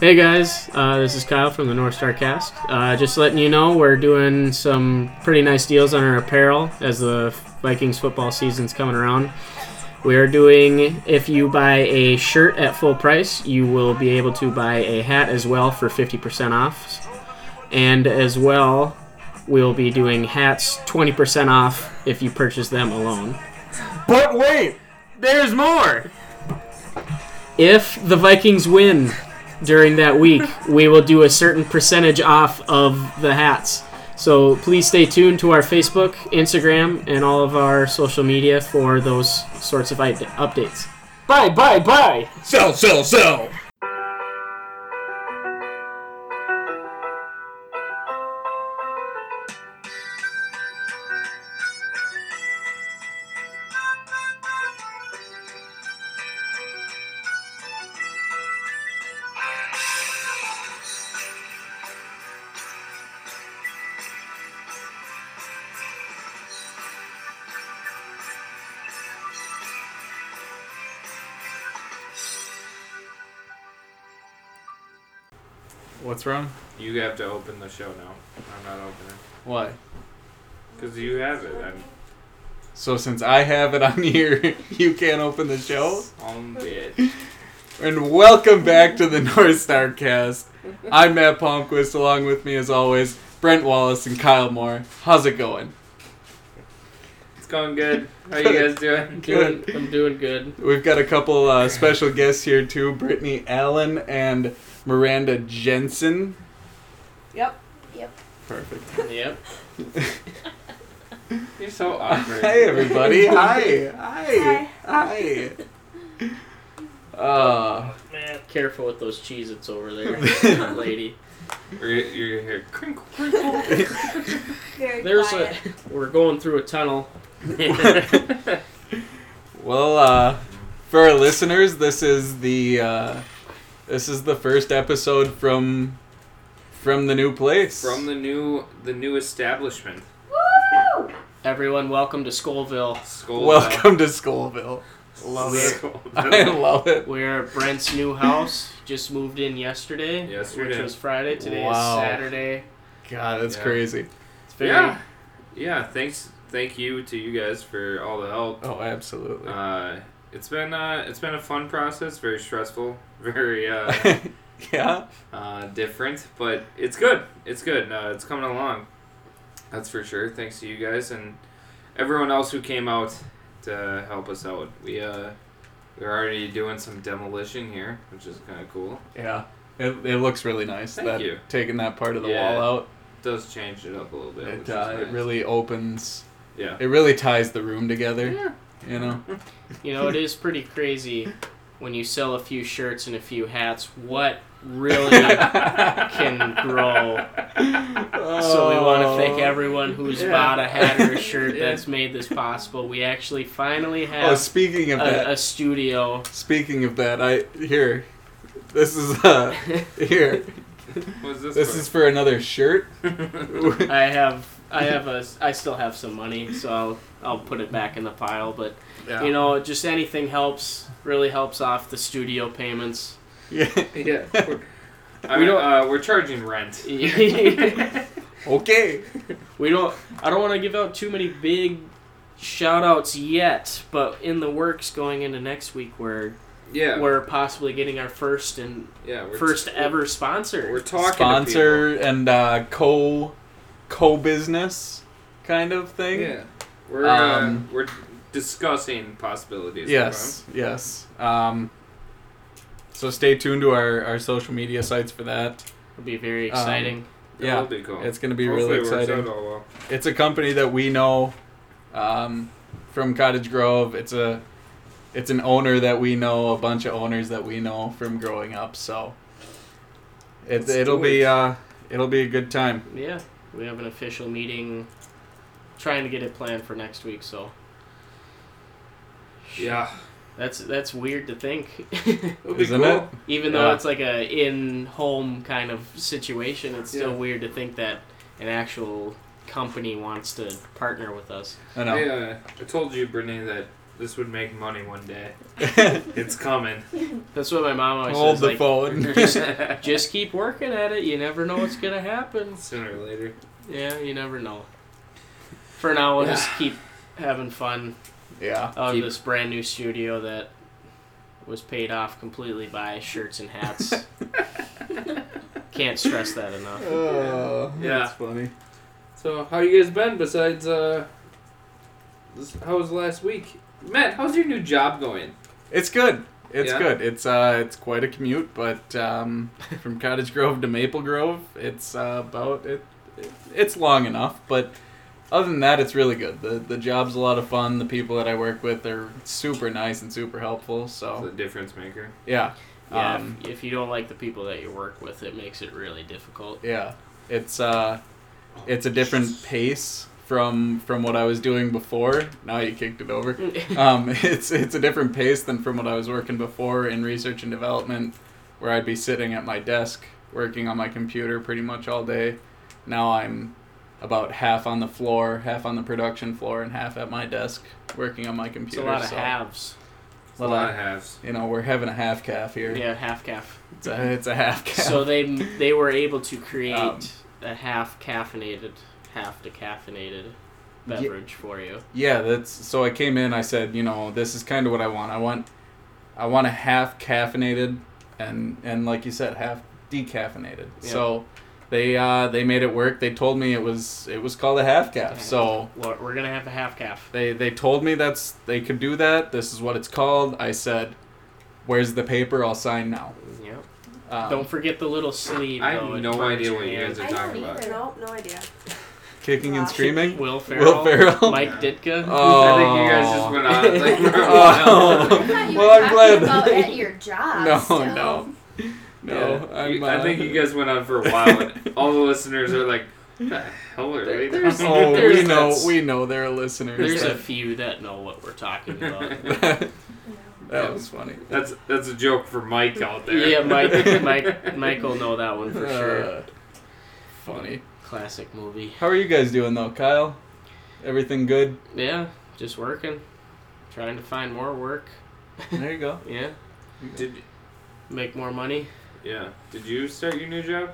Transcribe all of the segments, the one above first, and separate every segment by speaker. Speaker 1: Hey guys, uh, this is Kyle from the North Star Cast. Uh, just letting you know we're doing some pretty nice deals on our apparel as the Vikings football season's coming around. We are doing, if you buy a shirt at full price, you will be able to buy a hat as well for 50% off. And as well, we'll be doing hats 20% off if you purchase them alone.
Speaker 2: But wait,
Speaker 1: There's more! If the Vikings win during that week, we will do a certain percentage off of the hats. So please stay tuned to our Facebook, Instagram, and all of our social media for those sorts of ide- updates.
Speaker 2: bye, bye, bye.
Speaker 3: Sell, sell, sell.
Speaker 4: What's wrong?
Speaker 3: You have to open the show now. I'm not opening
Speaker 4: What?
Speaker 3: because you have it. I'm
Speaker 4: So since I have it on here, you can't open the show.
Speaker 3: on it.
Speaker 4: And welcome back to the North Star Cast. I'm Matt Palmquist, along with me as always, Brent Wallace and Kyle Moore. How's it going?
Speaker 3: It's going good. How you guys doing?
Speaker 4: Good.
Speaker 1: I'm doing good.
Speaker 4: We've got a couple uh, special guests here too, Brittany Allen and Miranda Jensen.
Speaker 5: Yep. Yep.
Speaker 4: Perfect.
Speaker 1: Yep.
Speaker 3: You're so awkward.
Speaker 4: Hi everybody. Hi. Hi. Hi. Uh,
Speaker 1: Man, careful with those Cheez-Its over there, lady.
Speaker 3: You're, you're here. Crinkle,
Speaker 5: Very
Speaker 1: There's a.
Speaker 5: quiet.
Speaker 1: We're going through a tunnel.
Speaker 4: Well, uh, for our listeners, this is the uh, this is the first episode from from the new place.
Speaker 3: From the new, the new establishment.
Speaker 5: Woo!
Speaker 1: Everyone, welcome to Scoville.
Speaker 3: Skull.
Speaker 4: welcome to Schoolville. Love it. I love it.
Speaker 1: We're at Brent's new house. Just moved in yesterday. Which
Speaker 3: Yesterday.
Speaker 1: was Friday. Today
Speaker 4: Wow.
Speaker 1: is Saturday.
Speaker 4: God, that's
Speaker 3: Yeah.
Speaker 4: crazy.
Speaker 1: It's very
Speaker 3: Yeah. Yeah. Thanks. Thank you to you guys for all the help.
Speaker 4: Oh, absolutely.
Speaker 3: Uh, it's been uh, it's been a fun process. Very stressful. Very uh,
Speaker 4: yeah.
Speaker 3: uh, different, but it's good. It's good. No, it's coming along. That's for sure. Thanks to you guys and everyone else who came out to help us out. We uh, we're already doing some demolition here, which is kind of cool.
Speaker 4: Yeah. It, it looks really nice.
Speaker 3: Thank
Speaker 4: that
Speaker 3: you.
Speaker 4: taking that part of the
Speaker 3: Yeah,
Speaker 4: wall out.
Speaker 3: Does change it up a little bit. which
Speaker 4: It
Speaker 3: is
Speaker 4: uh, it
Speaker 3: nice.
Speaker 4: really opens.
Speaker 3: yeah.
Speaker 4: It really ties the room together. You know.
Speaker 1: You know, it is pretty crazy when you sell a few shirts and a few hats. What really can grow? So we want to
Speaker 4: Oh.
Speaker 1: thank everyone who's
Speaker 3: Yeah.
Speaker 1: bought a hat or a shirt
Speaker 3: Yeah.
Speaker 1: that's made this possible. We actually finally
Speaker 4: Oh,
Speaker 1: have
Speaker 4: speaking of that,
Speaker 1: a, a studio.
Speaker 4: Speaking of that, I here. This is uh here.
Speaker 3: What's this?
Speaker 4: This is for another shirt.
Speaker 3: for?
Speaker 1: I have. I have a. I still have some money, so I'll I'll put it back in the pile. But you know, just anything helps. Really helps off the studio payments.
Speaker 4: Yeah.
Speaker 3: yeah. We're, I mean, uh, we're charging rent.
Speaker 4: Okay.
Speaker 1: We don't. I don't want to give out too many big shout outs yet, but in the works going into next week, we're
Speaker 3: Yeah.
Speaker 1: we're possibly getting our first and
Speaker 3: yeah. We're
Speaker 1: first ever
Speaker 3: We're,
Speaker 1: sponsor.
Speaker 3: talking
Speaker 4: Sponsor and uh co co business kind of
Speaker 3: To
Speaker 4: thing.
Speaker 3: people. Yeah. We're
Speaker 4: Um,
Speaker 3: uh, we're discussing possibilities.
Speaker 4: Yes.
Speaker 3: Uh-huh.
Speaker 4: Yes. Um so stay tuned to our, our social media sites for that.
Speaker 1: It'll be very
Speaker 4: Um,
Speaker 1: exciting.
Speaker 3: Yeah.
Speaker 4: Yeah.
Speaker 3: That'll be cool.
Speaker 4: It's gonna be
Speaker 3: Oh. Hopefully
Speaker 4: really
Speaker 3: it works
Speaker 4: exciting.
Speaker 3: out all well.
Speaker 4: It's a company that we know um, from Cottage Grove. It's a it's an owner that we know, a bunch of owners that we know from growing up. So it,
Speaker 3: Let's
Speaker 4: it'll
Speaker 3: do
Speaker 4: be
Speaker 3: it.
Speaker 4: uh, it'll be a good time.
Speaker 1: yeah, we have an official meeting. Trying to get it planned for next week, so
Speaker 3: Yeah.
Speaker 1: that's that's weird to think.
Speaker 3: It'll be
Speaker 4: Isn't
Speaker 3: cool.
Speaker 4: it?
Speaker 1: Even though
Speaker 4: Yeah.
Speaker 1: it's like a in-home kind of situation, it's still
Speaker 3: Yeah.
Speaker 1: weird to think that an actual company wants to partner with us.
Speaker 4: I know.
Speaker 3: I, uh, I told you, Brittany, that this would make money one day. It's coming.
Speaker 1: That's what my mom always
Speaker 4: Hold
Speaker 1: says.
Speaker 4: the
Speaker 1: like,
Speaker 4: phone.
Speaker 1: just, just keep working at it. You never know what's gonna happen.
Speaker 3: Sooner or later.
Speaker 1: Yeah, you never know. For now, we'll just keep having fun
Speaker 4: yeah.
Speaker 1: out
Speaker 3: Keep-
Speaker 1: of this brand new studio that was paid off completely by shirts and hats. Can't stress that enough.
Speaker 4: Oh,
Speaker 3: Yeah.
Speaker 4: That's funny.
Speaker 3: So, how you guys been besides, uh, this, how was last week? Matt, how's your new job going?
Speaker 4: It's good. It's
Speaker 3: Yeah?
Speaker 4: good. It's uh, it's quite a commute, but um, from Cottage Grove to Maple Grove, it's uh, about it, it. It's long enough, but other than that, it's really good. the The job's a lot of fun. The people that I work with are super nice and super helpful.
Speaker 3: The
Speaker 4: So
Speaker 3: difference maker.
Speaker 4: yeah,
Speaker 1: Yeah, if-
Speaker 4: um,
Speaker 1: if, you don't like the people that you work with, it makes it really difficult.
Speaker 4: yeah it's uh it's a different pace from from what i was doing before now you kicked it over um it's it's a different pace than from what i was working before in research and development where i'd be sitting at my desk working on my computer pretty much all day now i'm about half on the floor half on the production floor and half at my desk working on my
Speaker 1: It's
Speaker 4: computer
Speaker 1: a lot of
Speaker 4: so,
Speaker 1: halves.
Speaker 3: It's a lot of halves.
Speaker 4: you know we're having a half calf here
Speaker 1: Yeah, half calf.
Speaker 4: it's a, it's a half calf
Speaker 1: So they they were able to create
Speaker 4: Um,
Speaker 1: a half caffeinated, half decaffeinated beverage for you.
Speaker 4: Yeah, that's so I came in, I said, you know, this is kind of what I want. I want I want a half caffeinated and and like you said, half decaffeinated.
Speaker 1: Yeah.
Speaker 4: So they uh they made it work. They told me it was it was called a half calf. So
Speaker 1: Well, we're gonna have a half calf.
Speaker 4: they they told me that's they could do that. This is what it's called. I said, "Where's the paper? I'll sign now."
Speaker 1: Yep.
Speaker 4: Um,
Speaker 1: Don't forget the little sleeve.
Speaker 3: I have
Speaker 1: though, it
Speaker 3: no
Speaker 1: burns
Speaker 3: idea
Speaker 1: your
Speaker 3: what you
Speaker 1: hands.
Speaker 3: guys are
Speaker 5: I don't
Speaker 3: talking about.
Speaker 5: either. Nope, no idea.
Speaker 4: kicking and
Speaker 1: Ah.
Speaker 5: Wow.
Speaker 4: screaming.
Speaker 1: Will Ferrell.
Speaker 4: Ferrell?
Speaker 1: Mike
Speaker 3: Yeah.
Speaker 1: Ditka.
Speaker 4: Oh.
Speaker 3: I think you guys just went on like for a
Speaker 4: Oh.
Speaker 3: while.
Speaker 5: I thought you
Speaker 4: Well,
Speaker 5: were
Speaker 4: I'm
Speaker 5: talking
Speaker 4: glad-
Speaker 5: about at your job.
Speaker 4: No,
Speaker 5: still.
Speaker 4: no. No,
Speaker 3: Yeah.
Speaker 4: I'm,
Speaker 3: You-
Speaker 4: uh,
Speaker 3: I think you guys went on for a while, and all the listeners are like, "What the hell are they?"
Speaker 1: There- there's-
Speaker 3: doing?"
Speaker 4: Oh, we
Speaker 1: There's
Speaker 4: know,
Speaker 1: that-
Speaker 4: we know there are listeners.
Speaker 1: There's a
Speaker 4: that-
Speaker 1: few that know what we're talking about.
Speaker 4: that
Speaker 3: Yeah.
Speaker 4: was funny.
Speaker 3: That's that's a joke for Mike out there.
Speaker 1: yeah, Mike, Mike, Mike will know that one for sure.
Speaker 4: Uh, Funny.
Speaker 1: Classic movie.
Speaker 4: How are you guys doing though, Kyle? Everything good?
Speaker 1: Yeah, just working, trying to find more work.
Speaker 4: There you go.
Speaker 1: Yeah,
Speaker 3: Did
Speaker 1: make more money.
Speaker 3: yeah? Did you start your new job?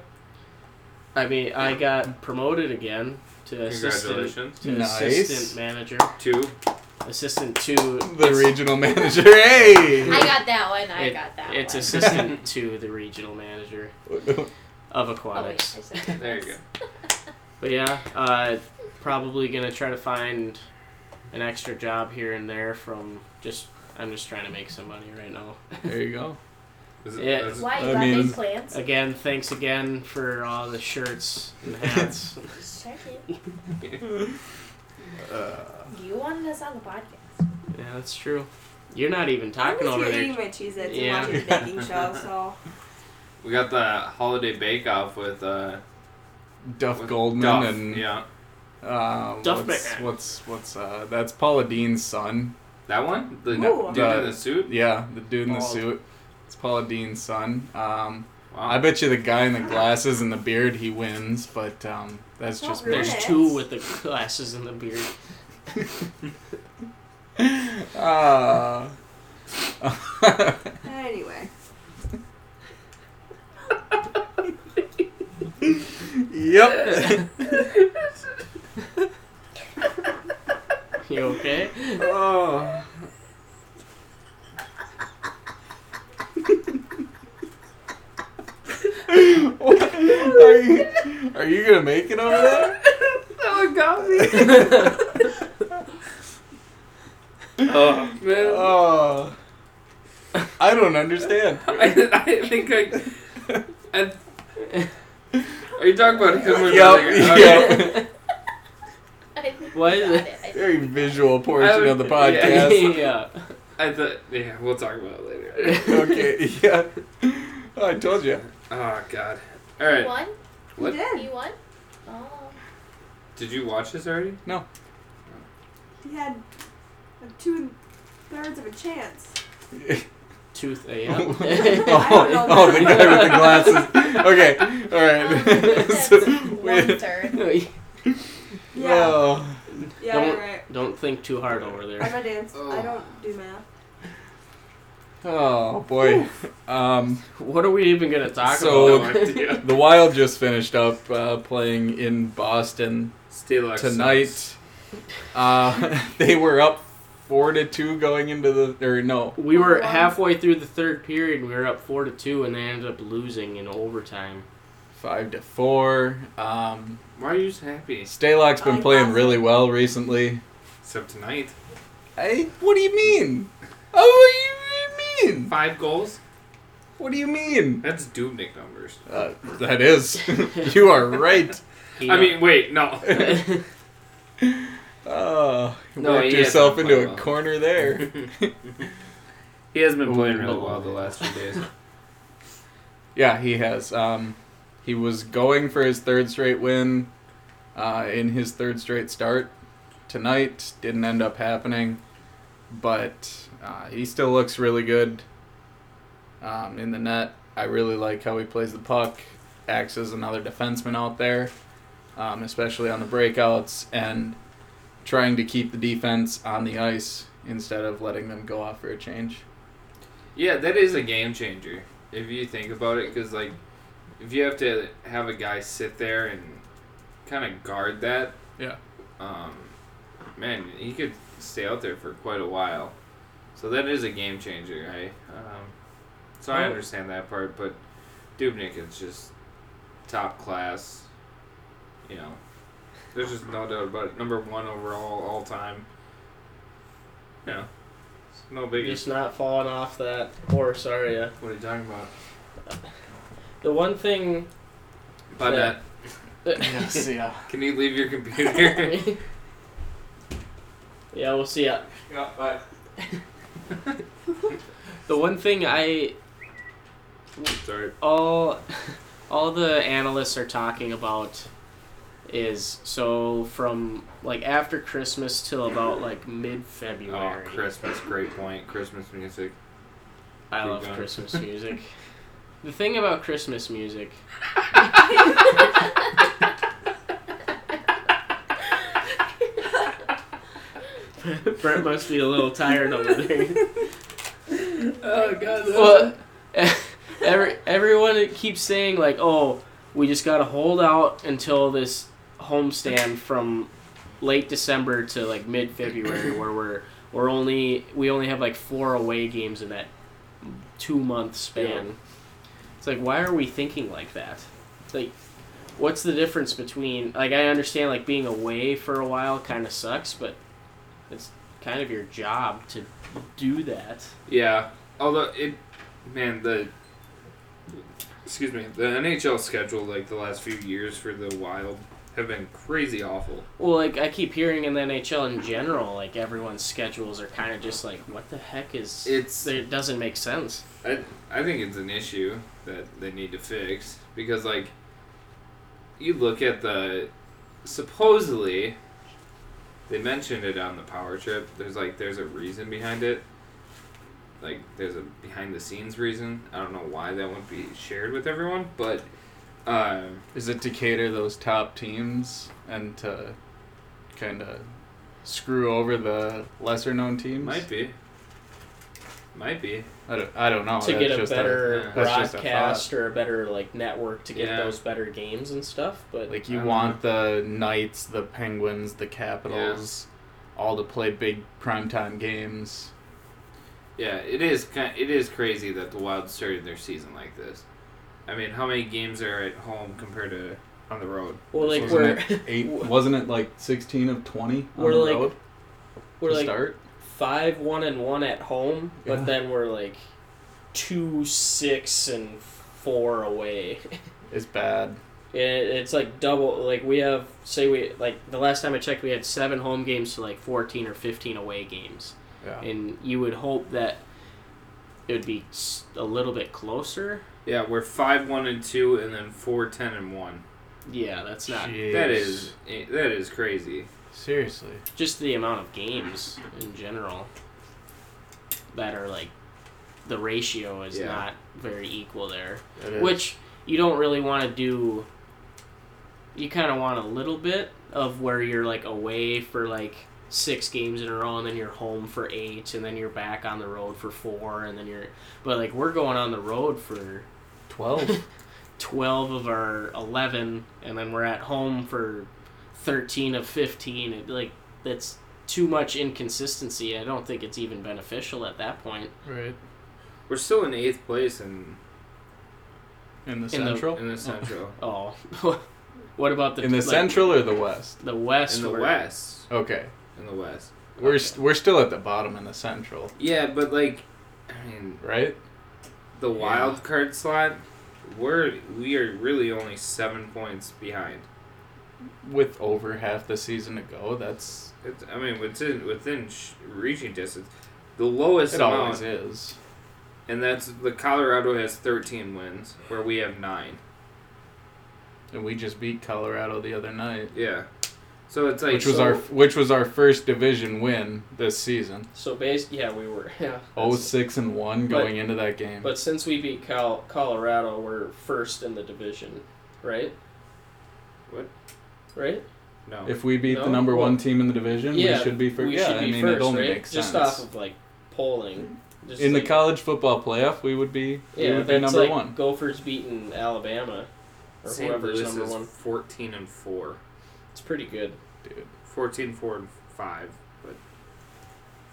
Speaker 1: I mean, I got promoted again to assistant,
Speaker 3: Congratulations
Speaker 1: to
Speaker 4: Nice.
Speaker 1: assistant manager,
Speaker 3: to
Speaker 1: assistant to
Speaker 4: The regional manager. Hey.
Speaker 6: I got that one. I
Speaker 1: It-
Speaker 6: got that
Speaker 1: It's
Speaker 6: one.
Speaker 1: assistant to the regional manager of
Speaker 6: Oh, wait, I
Speaker 1: aquatics.
Speaker 6: said
Speaker 3: There you go.
Speaker 1: But yeah, uh, probably gonna try to find an extra job here and there from just. I'm just trying to make some money right now.
Speaker 4: There you go.
Speaker 3: Is
Speaker 1: Yeah.
Speaker 3: is
Speaker 6: Why you
Speaker 4: I
Speaker 6: got
Speaker 4: mean-
Speaker 6: these plants?
Speaker 1: Again, thanks again for all the shirts and hats.
Speaker 6: Just checking.
Speaker 4: Uh,
Speaker 6: You wanted us on the podcast.
Speaker 1: yeah, that's true. You're not even talking
Speaker 5: I'm
Speaker 1: over
Speaker 5: just here eating
Speaker 1: there.
Speaker 5: my cheese its
Speaker 1: Yeah.
Speaker 5: and watching the baking show, so
Speaker 3: We got the holiday bake off with uh
Speaker 4: Duff
Speaker 3: with
Speaker 4: Goldman
Speaker 3: Duff,
Speaker 4: and
Speaker 3: yeah.
Speaker 4: uh,
Speaker 1: Duff
Speaker 4: what's,
Speaker 1: Man.
Speaker 4: what's what's uh that's Paula Dean's son.
Speaker 3: That one? The
Speaker 5: Ooh.
Speaker 3: dude
Speaker 4: The-
Speaker 3: in the suit?
Speaker 4: Yeah, the dude in the
Speaker 1: Bald.
Speaker 4: suit. It's Paula Dean's son. Um,
Speaker 3: Wow.
Speaker 4: I bet you the guy in the glasses and the beard he wins, but um, that's
Speaker 5: Not
Speaker 4: just me.
Speaker 1: There's two with the glasses and the beard.
Speaker 4: Ah. Uh,
Speaker 5: anyway.
Speaker 4: yep.
Speaker 1: You okay?
Speaker 4: oh. What- are, you, are you gonna make it over there?
Speaker 3: oh man.
Speaker 4: Oh, I don't understand.
Speaker 3: I, I think I, I Are you talking about him or
Speaker 4: Yep, yep.
Speaker 6: I think
Speaker 1: What
Speaker 6: you
Speaker 1: is
Speaker 6: got
Speaker 1: it?
Speaker 6: it. I think-
Speaker 4: Very visual portion of the podcast.
Speaker 1: yeah.
Speaker 3: I thought yeah, we'll talk about it later.
Speaker 4: okay, yeah. I told you.
Speaker 3: Oh god. Alright.
Speaker 6: You won?
Speaker 5: We
Speaker 3: What?
Speaker 5: did.
Speaker 6: You won? Oh.
Speaker 3: Did you watch this already?
Speaker 5: He had a two thirds of a chance.
Speaker 1: Tooth AM.
Speaker 4: oh, oh, the guy with the glasses. Okay, all right.
Speaker 6: Um,
Speaker 4: So,
Speaker 6: that's
Speaker 4: wait.
Speaker 6: one third.
Speaker 1: yeah.
Speaker 5: Yeah.
Speaker 4: Oh,
Speaker 5: Yeah,
Speaker 1: Don't-
Speaker 5: you're right.
Speaker 1: Don't think too hard over
Speaker 5: I'm
Speaker 1: there.
Speaker 5: a dance.
Speaker 3: Oh.
Speaker 5: I don't do math.
Speaker 4: Oh boy. Um,
Speaker 1: What are we even gonna talk
Speaker 4: So-
Speaker 1: about?
Speaker 3: No idea.
Speaker 4: the Wild just finished up uh, playing in Boston
Speaker 3: Steelers sucks.
Speaker 4: tonight. Uh, they were up four to two going into the or no.
Speaker 1: We were
Speaker 5: Wow.
Speaker 1: halfway through the third period. and We were up four to two, and they ended up losing in overtime.
Speaker 4: Five to four. Um,
Speaker 3: Why are you so happy?
Speaker 4: Stalock's been
Speaker 5: I
Speaker 4: playing
Speaker 5: got-
Speaker 4: really well recently.
Speaker 3: Except tonight.
Speaker 4: I, what do you mean? Oh, what do you mean?
Speaker 3: Five goals?
Speaker 4: What do you mean?
Speaker 3: That's Dubnik numbers.
Speaker 4: Uh, that is. you are right.
Speaker 1: He-
Speaker 3: I mean, wait, no.
Speaker 4: Oh, you
Speaker 3: No,
Speaker 4: worked
Speaker 3: he has
Speaker 4: yourself
Speaker 3: been
Speaker 4: into a
Speaker 3: playing well.
Speaker 4: corner there.
Speaker 3: he has been playing
Speaker 1: Ooh.
Speaker 3: really well the last few days.
Speaker 4: Yeah, he has. Um, he was going for his third straight win uh, in his third straight start tonight. Didn't end up happening, but uh, he still looks really good um, in the net. I really like how he plays the puck. Acts as another defenseman out there, um, especially on the breakouts and trying to keep the defense on the ice instead of letting them go off for a change.
Speaker 3: Yeah, that is a game changer if you think about it, because like, if you have to have a guy sit there and kind of guard that,
Speaker 4: Yeah.
Speaker 3: um, man, he could stay out there for quite a while. So that is a game changer. I, um, so I
Speaker 4: Oh.
Speaker 3: understand that part, but Dubnik is just top class. You know, there's just no doubt about it. Number one overall all time. You know, it's no
Speaker 1: You're
Speaker 3: big.
Speaker 1: just not falling off that horse, are you?
Speaker 3: What are you talking about?
Speaker 1: The one thing.
Speaker 3: Bye,
Speaker 1: Yeah.
Speaker 3: Matt.
Speaker 4: yeah.
Speaker 3: uh, Can you leave your computer?
Speaker 1: yeah, we'll see. uh, ya.
Speaker 3: yeah, bye.
Speaker 1: The one thing I
Speaker 3: Sorry.
Speaker 1: all all the analysts are talking about is so from like after Christmas till about like mid
Speaker 3: Oh,
Speaker 1: February.
Speaker 3: Christmas. Great point. Christmas music.
Speaker 1: I
Speaker 3: Keep
Speaker 1: love
Speaker 3: going.
Speaker 1: Christmas music. the thing about Christmas music Brett must be a little tired over there.
Speaker 3: Oh, God.
Speaker 1: Well, every, everyone keeps saying like, "Oh, we just gotta hold out until this homestand from late December to like mid February, where we're we're only we only have like four away games in that two month span." It's like, why are we thinking like that? It's like, what's the difference between like I understand like being away for a while kind of sucks, but it's kind of your job to do that.
Speaker 3: Yeah. Although it, man, the excuse me, the NHL schedule like the last few years for the Wild have been crazy awful.
Speaker 1: Well, like I keep hearing in the NHL in general, like everyone's schedules are kind of just like, what the heck is?
Speaker 3: It's
Speaker 1: It doesn't make sense.
Speaker 3: I, I think it's an issue that they need to fix because like you look at the supposedly they mentioned it on the power trip there's like there's a reason behind it like there's a behind the scenes reason i don't know why that wouldn't be shared with everyone but um
Speaker 4: Is it to cater those top teams and to kind of screw over the lesser known teams?
Speaker 3: might be might be
Speaker 4: I don't, I don't know.
Speaker 1: to
Speaker 4: Oh, That's
Speaker 1: get a
Speaker 4: just
Speaker 1: better
Speaker 3: yeah,
Speaker 4: that's just a
Speaker 1: broadcast or a better like network to get
Speaker 3: Yeah.
Speaker 1: those better games and stuff, but
Speaker 4: like
Speaker 3: I
Speaker 4: you
Speaker 3: don't
Speaker 4: want the Knights, the Penguins, the Capitals, all to play big primetime games.
Speaker 3: Yeah, it is. ki it is crazy that the Wild started their season like this. I mean, how many games are at home compared to on the road?
Speaker 1: well, like
Speaker 4: Wasn't
Speaker 1: we're
Speaker 4: it eight? wasn't it like sixteen of twenty on
Speaker 1: We're
Speaker 4: the
Speaker 1: like-
Speaker 4: road
Speaker 1: we're
Speaker 4: to
Speaker 1: like
Speaker 4: start?
Speaker 1: five one and one at home, but
Speaker 4: Yeah.
Speaker 1: then we're like two six and four away.
Speaker 4: It's bad.
Speaker 1: It, it's like double. Like we have, say we like the last time I checked, we had seven home games to like fourteen or fifteen away games,
Speaker 4: Yeah.
Speaker 1: and you would hope that it would be s- a little bit closer.
Speaker 3: Yeah, we're five one and two, and then four ten and one.
Speaker 1: Yeah, that's not
Speaker 3: That is eh, that is crazy.
Speaker 4: seriously.
Speaker 1: just the amount of games in general that are like the ratio is
Speaker 3: Yeah.
Speaker 1: not very equal there.
Speaker 4: That is.
Speaker 1: which you don't really want to do you kind of want a little bit of where you're like away for like six games in a row and then you're home for eight and then you're back on the road for four and then you're but like we're going on the road for
Speaker 2: 12.
Speaker 1: 12 of our 11 and then we're at home for 13 of 15 it, like that's too much inconsistency i don't think it's even beneficial at that point
Speaker 4: Right.
Speaker 3: We're still in eighth place in,
Speaker 4: In the
Speaker 1: In the-
Speaker 4: central.
Speaker 3: in the Central.
Speaker 1: oh what about the
Speaker 4: in the
Speaker 1: like,
Speaker 4: central or the west?
Speaker 1: the west
Speaker 3: in the
Speaker 1: where-
Speaker 3: West.
Speaker 4: Okay.
Speaker 3: In the West.
Speaker 4: We're st- we're still at the bottom in the central,
Speaker 3: Yeah, but like, I mean,
Speaker 4: right?
Speaker 3: the wild card slot, we're we are really only seven points behind.
Speaker 4: With over half the season to go, that's
Speaker 3: It's, I mean, within within sh- reaching distance, the lowest
Speaker 4: it
Speaker 3: amount,
Speaker 4: always is.
Speaker 3: and that's the Colorado has thirteen wins, where we have nine.
Speaker 4: And we just beat Colorado the other night,
Speaker 3: Yeah, so it's like
Speaker 4: which was
Speaker 3: so-
Speaker 4: our which was our first division win this season.
Speaker 1: so base yeah we were yeah
Speaker 4: Oh
Speaker 1: that's-
Speaker 4: six and one
Speaker 1: But-
Speaker 4: going into that game.
Speaker 1: but since we beat Cal- colorado we're first in the division right
Speaker 3: What?
Speaker 1: right
Speaker 3: no.
Speaker 4: if we beat
Speaker 1: No,
Speaker 4: the number
Speaker 1: well-
Speaker 4: one team in the division,
Speaker 1: Yeah,
Speaker 4: we should be first.
Speaker 1: we
Speaker 4: yeah,
Speaker 1: should be
Speaker 4: I mean
Speaker 1: first
Speaker 4: it only
Speaker 1: right
Speaker 4: makes
Speaker 1: just
Speaker 4: sense.
Speaker 1: off of like polling just
Speaker 4: in the
Speaker 1: like-
Speaker 4: college football playoff, we would be we
Speaker 1: Yeah,
Speaker 4: would be
Speaker 1: that's
Speaker 4: number
Speaker 1: like
Speaker 4: one.
Speaker 1: Gophers beating Alabama or
Speaker 3: St.
Speaker 1: whoever's
Speaker 3: Louis
Speaker 1: number
Speaker 3: is
Speaker 1: one.
Speaker 3: fourteen and four,
Speaker 1: It's pretty good.
Speaker 4: Dude,
Speaker 3: 14, 4, and five, but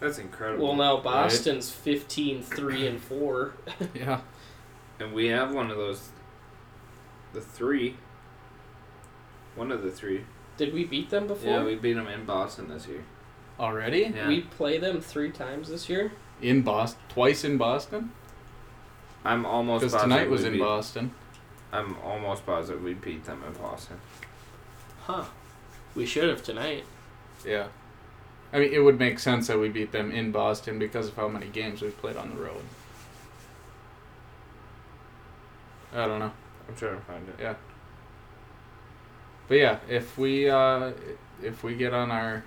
Speaker 3: that's incredible.
Speaker 1: Well, now Boston's 15 3 and 4.
Speaker 4: yeah,
Speaker 3: And we have one of those. The three. One of the three.
Speaker 1: Did we beat them before?
Speaker 3: Yeah, we beat them in Boston this year.
Speaker 4: already
Speaker 3: Yeah.
Speaker 1: We play them three times this year.
Speaker 4: in Boston, twice in Boston
Speaker 3: I'm almost
Speaker 4: because
Speaker 3: positive.
Speaker 4: tonight was
Speaker 3: we
Speaker 4: in
Speaker 3: beat,
Speaker 4: Boston.
Speaker 3: I'm almost positive we beat them in Boston.
Speaker 1: Huh. We should have tonight.
Speaker 4: Yeah. I mean, it would make sense that we beat them in Boston because of how many games we've played on the road. I don't know.
Speaker 3: I'm trying to find it.
Speaker 4: But yeah, if we uh, if we get on our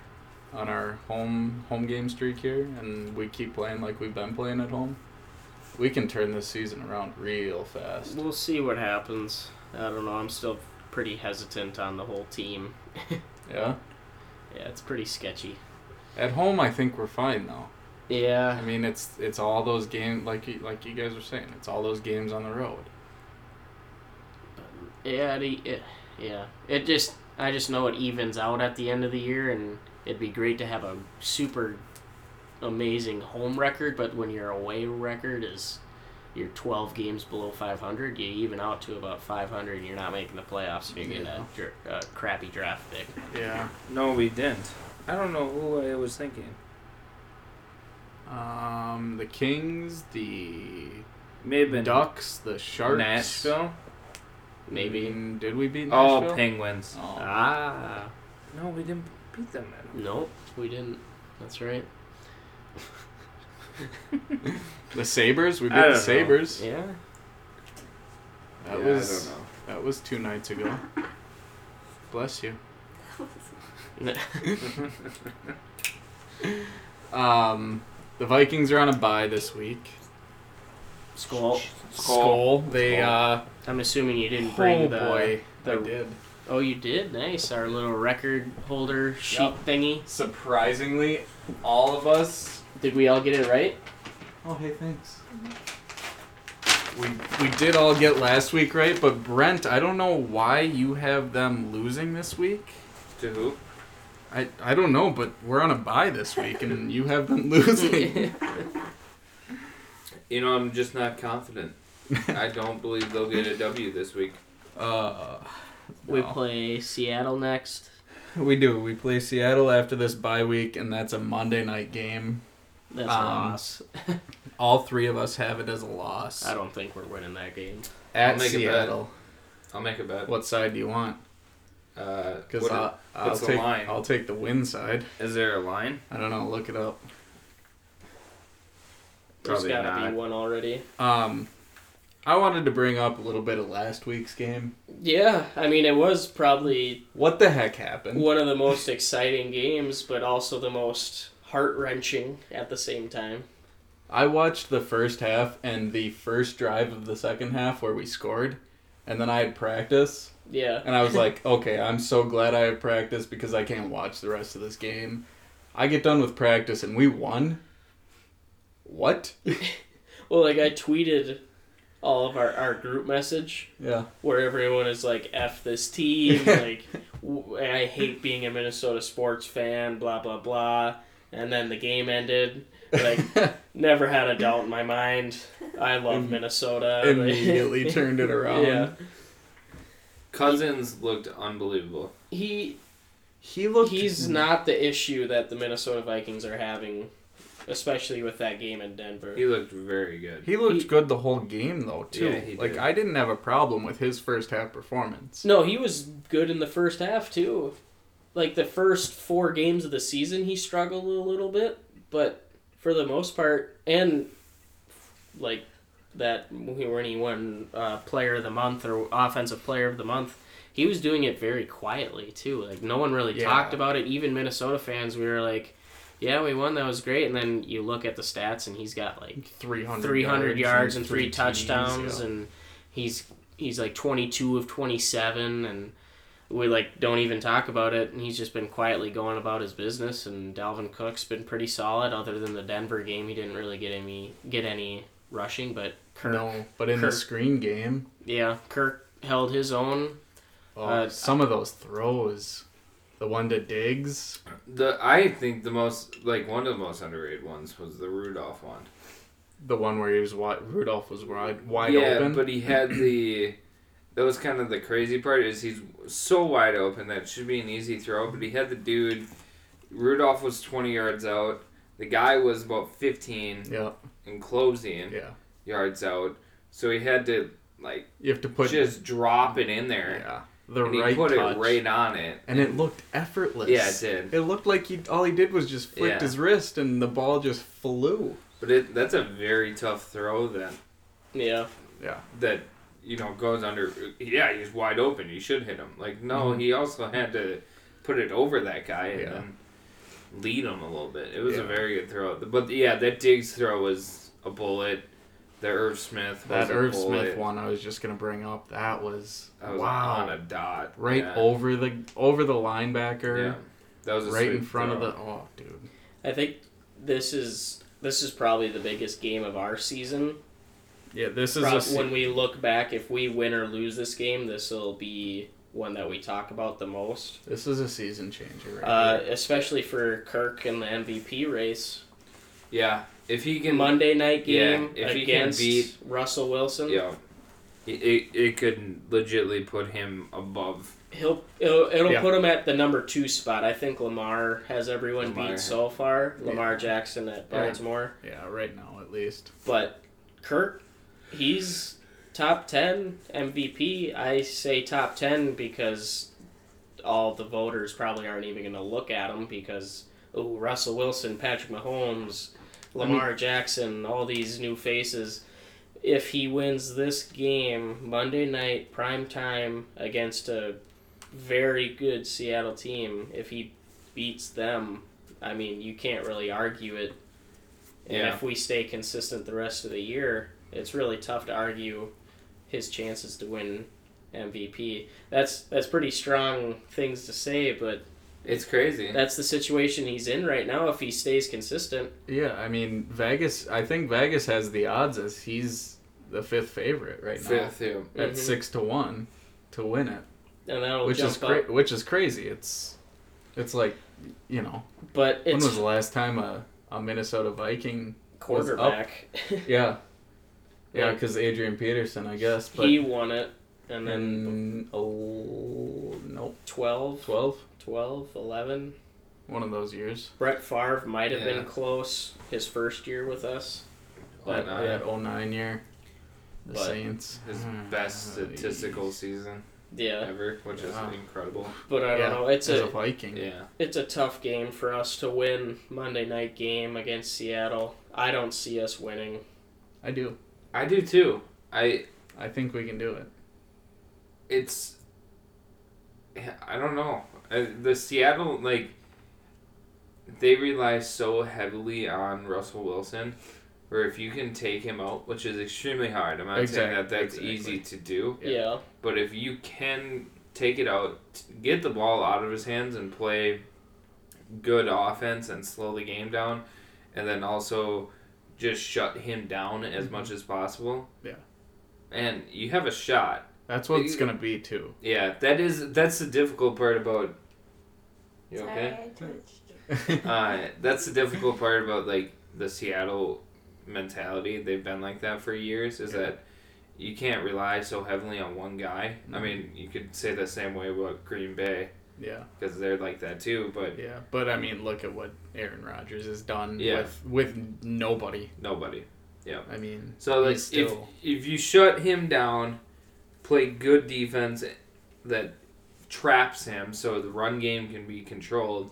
Speaker 4: on our home home game streak here and we keep playing like we've been playing at home, we can turn this season around real fast.
Speaker 1: We'll see what happens. I don't know. I'm still pretty hesitant on the whole team.
Speaker 4: Yeah.
Speaker 1: Yeah, it's pretty sketchy.
Speaker 4: At home, I think we're fine though. I
Speaker 1: Yeah.
Speaker 4: mean, it's it's all those games like you, like you guys were saying. It's all those games on the road.
Speaker 1: Yeah, it, it, yeah. It just, I just know it evens out at the end of the year, and it'd be great to have a super amazing home record. But when your away record is, you're 12 games below 500, you even out to about 500, and you're not making the playoffs, and you're getting a, dr- a crappy draft pick.
Speaker 4: Yeah.
Speaker 3: No, we didn't. I don't know who I was thinking.
Speaker 4: Um, the Kings, the
Speaker 3: Maybe
Speaker 4: Ducks, the Sharks.
Speaker 3: Nashville.
Speaker 1: Maybe.
Speaker 4: Mm, Did we beat Nashville?
Speaker 3: Oh, Penguins.
Speaker 4: Oh.
Speaker 1: Ah,
Speaker 3: No, we didn't beat them. At home.
Speaker 1: nope, we didn't. That's right.
Speaker 4: The Sabers. We
Speaker 3: I
Speaker 4: beat the
Speaker 3: don't know.
Speaker 4: Sabers.
Speaker 1: Yeah.
Speaker 4: That
Speaker 3: Yeah,
Speaker 4: was
Speaker 3: I don't know.
Speaker 4: that was two nights ago. Bless you. Um, the Vikings are on a bye this week.
Speaker 1: Skull.
Speaker 4: Skull. They
Speaker 3: Skull.
Speaker 4: uh.
Speaker 1: I'm assuming you didn't bring
Speaker 4: Oh
Speaker 1: the.
Speaker 4: boy. I
Speaker 1: the-
Speaker 4: did.
Speaker 1: Oh, you did? Nice. Our little record holder sheet
Speaker 4: Yep.
Speaker 1: thingy.
Speaker 4: Surprisingly, all of us.
Speaker 1: Did we all get it right?
Speaker 4: Oh hey, thanks. We, we did all get last week right, but Brent, I don't know why you have them losing this week.
Speaker 3: To who?
Speaker 4: I, I don't know, but we're on a bye this week, and you have been losing.
Speaker 3: You know, I'm just not confident. I don't believe they'll get a W this week.
Speaker 4: uh,
Speaker 1: We
Speaker 4: no.
Speaker 1: play Seattle next.
Speaker 4: we do. We play Seattle after this bye week, and that's a Monday night game.
Speaker 1: That's
Speaker 4: Um,
Speaker 1: a loss.
Speaker 4: All three of us have it as a loss
Speaker 1: Ah. I don't think we're winning that game.
Speaker 3: I'll
Speaker 4: at
Speaker 3: make a bet.
Speaker 4: Seattle.
Speaker 3: I'll make a bet.
Speaker 4: What side do you want?
Speaker 3: Uh,
Speaker 4: Because
Speaker 3: what i-
Speaker 4: I'll, I'll
Speaker 3: what's the
Speaker 4: take
Speaker 3: line?
Speaker 4: I'll take the win side.
Speaker 3: is there a line?
Speaker 4: I don't know. Look it up.
Speaker 3: Probably
Speaker 1: There's gotta
Speaker 3: not.
Speaker 1: be one already.
Speaker 4: Um, I wanted to bring up a little bit of last week's game.
Speaker 1: Yeah, I mean, it was probably
Speaker 4: What the heck happened?
Speaker 1: one of the most exciting games, but also the most heart wrenching at the same time.
Speaker 4: I watched the first half and the first drive of the second half where we scored, and then I had practice,
Speaker 1: Yeah.
Speaker 4: and I was like, okay, I'm so glad I have practice because I can't watch the rest of this game. I get done with practice and we won. What?
Speaker 1: Well, like I tweeted all of our, our group message
Speaker 4: Yeah.
Speaker 1: where everyone is like, "F this team," like, w- "I hate being a Minnesota sports fan," blah blah blah. And then the game ended. Like, never had a doubt in my mind. I love
Speaker 4: Im-
Speaker 1: Minnesota. like-
Speaker 4: Immediately turned it around.
Speaker 1: Yeah,
Speaker 3: Cousins looked unbelievable.
Speaker 1: he
Speaker 4: He looked.
Speaker 1: he's not the issue that the Minnesota Vikings are having, especially with that game in Denver.
Speaker 3: He looked very good.
Speaker 4: He looked
Speaker 1: he-
Speaker 4: good the whole game though too.
Speaker 3: Yeah, he
Speaker 4: like
Speaker 3: did.
Speaker 4: I didn't have a problem with his first half performance.
Speaker 1: No, he was good in the first half too. Like the first four games of the season, he struggled a little bit, but for the most part, and like that when he won uh, Player of the Month or Offensive Player of the Month, he was doing it very quietly too. Like no one really
Speaker 4: Yeah.
Speaker 1: talked about it. Even Minnesota fans, we were like, "Yeah, we won. That was great." And then you look at the stats, and he's got like
Speaker 4: 300,
Speaker 1: 300 yards and three
Speaker 4: TDs,
Speaker 1: touchdowns
Speaker 4: yeah.
Speaker 1: and he's he's like 22 of 27 and we like don't even talk about it and he's just been quietly going about his business and Dalvin Cook's been pretty solid other than the Denver game he didn't really get any get any rushing but Kirk
Speaker 4: no, but in the
Speaker 1: Kirk.
Speaker 4: screen game,
Speaker 1: yeah Kirk held his own
Speaker 4: oh,
Speaker 1: Uh,
Speaker 4: some of those throws, the one to Diggs,
Speaker 3: The I think the most like one of the most underrated ones was the Rudolph one.
Speaker 4: the one where he was wide, Rudolph was wide wide
Speaker 3: yeah,
Speaker 4: open.
Speaker 3: but he had the. That was kind of the crazy part is he's so wide open that it should be an easy throw, but he had the dude. Rudolph was twenty yards out. The guy was about fifteen
Speaker 4: yeah,
Speaker 3: and closing
Speaker 4: yeah.
Speaker 3: yards out, so he had to like
Speaker 4: You have to put
Speaker 3: just drop it in there.
Speaker 4: yeah, the
Speaker 3: and he
Speaker 4: right
Speaker 3: put
Speaker 4: touch,
Speaker 3: it right on it.
Speaker 4: and it looked effortless.
Speaker 3: Yeah, it did.
Speaker 4: It looked like he all he did was just flicked
Speaker 3: Yeah.
Speaker 4: his wrist and the ball just flew.
Speaker 3: But it, that's a very tough throw that
Speaker 1: yeah
Speaker 4: Yeah,
Speaker 3: that you know goes under. Yeah, he's wide open. You should hit him. Like no, he also had to put it over that guy and
Speaker 4: Mm-hmm. Yeah.
Speaker 3: then lead him a little bit. It was a
Speaker 4: Yeah.
Speaker 3: very good throw. But yeah, that Diggs throw was a bullet. The Irv Smith was
Speaker 4: that
Speaker 3: a
Speaker 4: Irv
Speaker 3: bullet.
Speaker 4: Smith one I was just gonna bring up. That was,
Speaker 3: That was
Speaker 4: wow,
Speaker 3: on a dot.
Speaker 4: right
Speaker 3: yeah.
Speaker 4: over the over the
Speaker 3: Yeah.
Speaker 4: linebacker,
Speaker 3: That was a
Speaker 4: right in
Speaker 3: sweet
Speaker 4: front
Speaker 3: throw.
Speaker 4: of the oh dude.
Speaker 1: I think this is this is probably the biggest game of our season
Speaker 4: Yeah, this
Speaker 1: Prob-
Speaker 4: is a
Speaker 1: when we look back if we win or lose this game this will be one that we talk about the most
Speaker 4: this is a season changer. Right
Speaker 1: uh,
Speaker 4: here.
Speaker 1: especially for Kirk in the MVP race.
Speaker 3: Yeah, if he can.
Speaker 1: Monday night
Speaker 3: yeah,
Speaker 1: game
Speaker 3: if he can
Speaker 1: against
Speaker 3: beat-
Speaker 1: Russell Wilson.
Speaker 3: Yeah. It, it, it could legitly put him above
Speaker 1: He'll it'll, it'll
Speaker 4: Yeah.
Speaker 1: put him at the number two spot. I think Lamar has everyone
Speaker 3: Lamar.
Speaker 1: beat so far. Lamar Jackson at
Speaker 4: Yeah.
Speaker 1: Baltimore,
Speaker 4: yeah, right now at least.
Speaker 1: but Kirk, he's top ten MVP. I say top ten because all the voters probably aren't even going to look at him because oh Russell Wilson, Patrick Mahomes, Lamar Jackson, all these new faces. If he wins this game Monday night prime time against a very good Seattle team, if he beats them, I mean you can't really argue it. And
Speaker 3: Yeah.
Speaker 1: if we stay consistent the rest of the year, it's really tough to argue his chances to win MVP. That's that's pretty strong things to say, but
Speaker 3: It's crazy.
Speaker 1: that's the situation he's in right now. If he stays consistent,
Speaker 4: Yeah, I mean Vegas. I think Vegas has the odds as he's the fifth favorite right now
Speaker 3: Fifth, yeah.
Speaker 4: at
Speaker 1: Mhm.
Speaker 4: six to one to win it,
Speaker 1: and that'll
Speaker 4: which
Speaker 1: jump
Speaker 4: is cra-
Speaker 1: up.
Speaker 4: which is crazy. It's it's like you know
Speaker 1: But
Speaker 4: when
Speaker 1: it's
Speaker 4: was the last time a, a Minnesota Viking?
Speaker 1: quarterback.
Speaker 4: Yeah, yeah,
Speaker 1: Like-
Speaker 4: because Adrian Peterson, I guess, but
Speaker 1: he won it, and then
Speaker 4: and oh nope,
Speaker 1: 12,
Speaker 4: twelve,
Speaker 1: 12, 11.
Speaker 4: one of those years.
Speaker 1: Brett Favre might have
Speaker 3: Yeah.
Speaker 1: been close his first year with us.
Speaker 4: That,
Speaker 3: But, uh,
Speaker 4: that 09 year, the
Speaker 1: But-
Speaker 4: Saints.
Speaker 3: his best statistical season
Speaker 1: Yeah,
Speaker 3: ever, which is
Speaker 4: Oh, Yeah.
Speaker 3: incredible.
Speaker 1: but I
Speaker 4: Yeah,
Speaker 1: don't know. It's
Speaker 4: as a
Speaker 1: a
Speaker 4: Viking.
Speaker 3: Yeah.
Speaker 1: it's a tough game for us to win Monday night game against Seattle. I don't see us winning.
Speaker 4: I do.
Speaker 3: I do too. I
Speaker 4: I think we can do it.
Speaker 3: it's I don't know. Uh, The Seattle like they rely so heavily on Russell Wilson where if you can take him out, which is extremely hard. I'm not saying that
Speaker 4: Exact-
Speaker 3: that's
Speaker 4: exactly.
Speaker 3: easy to do,
Speaker 4: Yeah.
Speaker 1: yeah.
Speaker 3: but if you can take it out, t- get the ball out of his hands and play good offense and slow the game down, and then also just shut him down as much as possible.
Speaker 4: Yeah.
Speaker 3: And you have a shot.
Speaker 4: That's what it's gonna be too.
Speaker 3: Yeah, that is that's the difficult part about. You okay?
Speaker 5: Sorry, I twitched.
Speaker 3: uh, that's the difficult part about like the Seattle mentality. They've been like that for years. Is that you can't rely so heavily on one guy.
Speaker 4: Mm-hmm.
Speaker 3: I mean, you could say the same way about Green Bay
Speaker 4: yeah,
Speaker 3: because they're like that too. But
Speaker 4: yeah. But I mean, look at what Aaron Rodgers has done
Speaker 3: Yeah.
Speaker 4: with with nobody.
Speaker 3: nobody.
Speaker 4: I mean,
Speaker 3: So like,
Speaker 4: He's
Speaker 3: if
Speaker 4: still-
Speaker 3: if you shut him down, play good defense that traps him, so the run game can be controlled.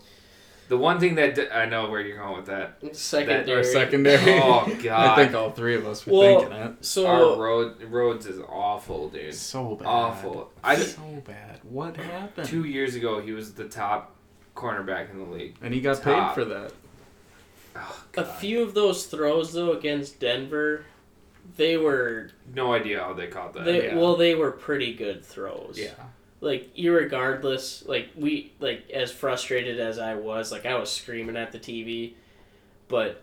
Speaker 3: The one thing that d- I know where you're going with that.
Speaker 4: our
Speaker 1: Secondary.
Speaker 4: secondary.
Speaker 3: Oh
Speaker 4: I
Speaker 3: God,
Speaker 4: think all three of us were
Speaker 1: Well,
Speaker 4: thinking it.
Speaker 3: our
Speaker 1: So
Speaker 3: road roads is awful, dude.
Speaker 4: So bad.
Speaker 3: Awful. I
Speaker 4: so bad. What happened?
Speaker 3: two years ago he was the top cornerback in the league.
Speaker 4: and he got
Speaker 3: Top.
Speaker 4: paid for that.
Speaker 3: Oh,
Speaker 1: a
Speaker 3: God.
Speaker 1: few of those throws though against Denver, they were
Speaker 3: no idea how they caught that.
Speaker 1: they
Speaker 4: yeah.
Speaker 1: well they were pretty good throws.
Speaker 4: Yeah.
Speaker 1: Like irregardless, like we like as frustrated as I was, like I was screaming at the TV, but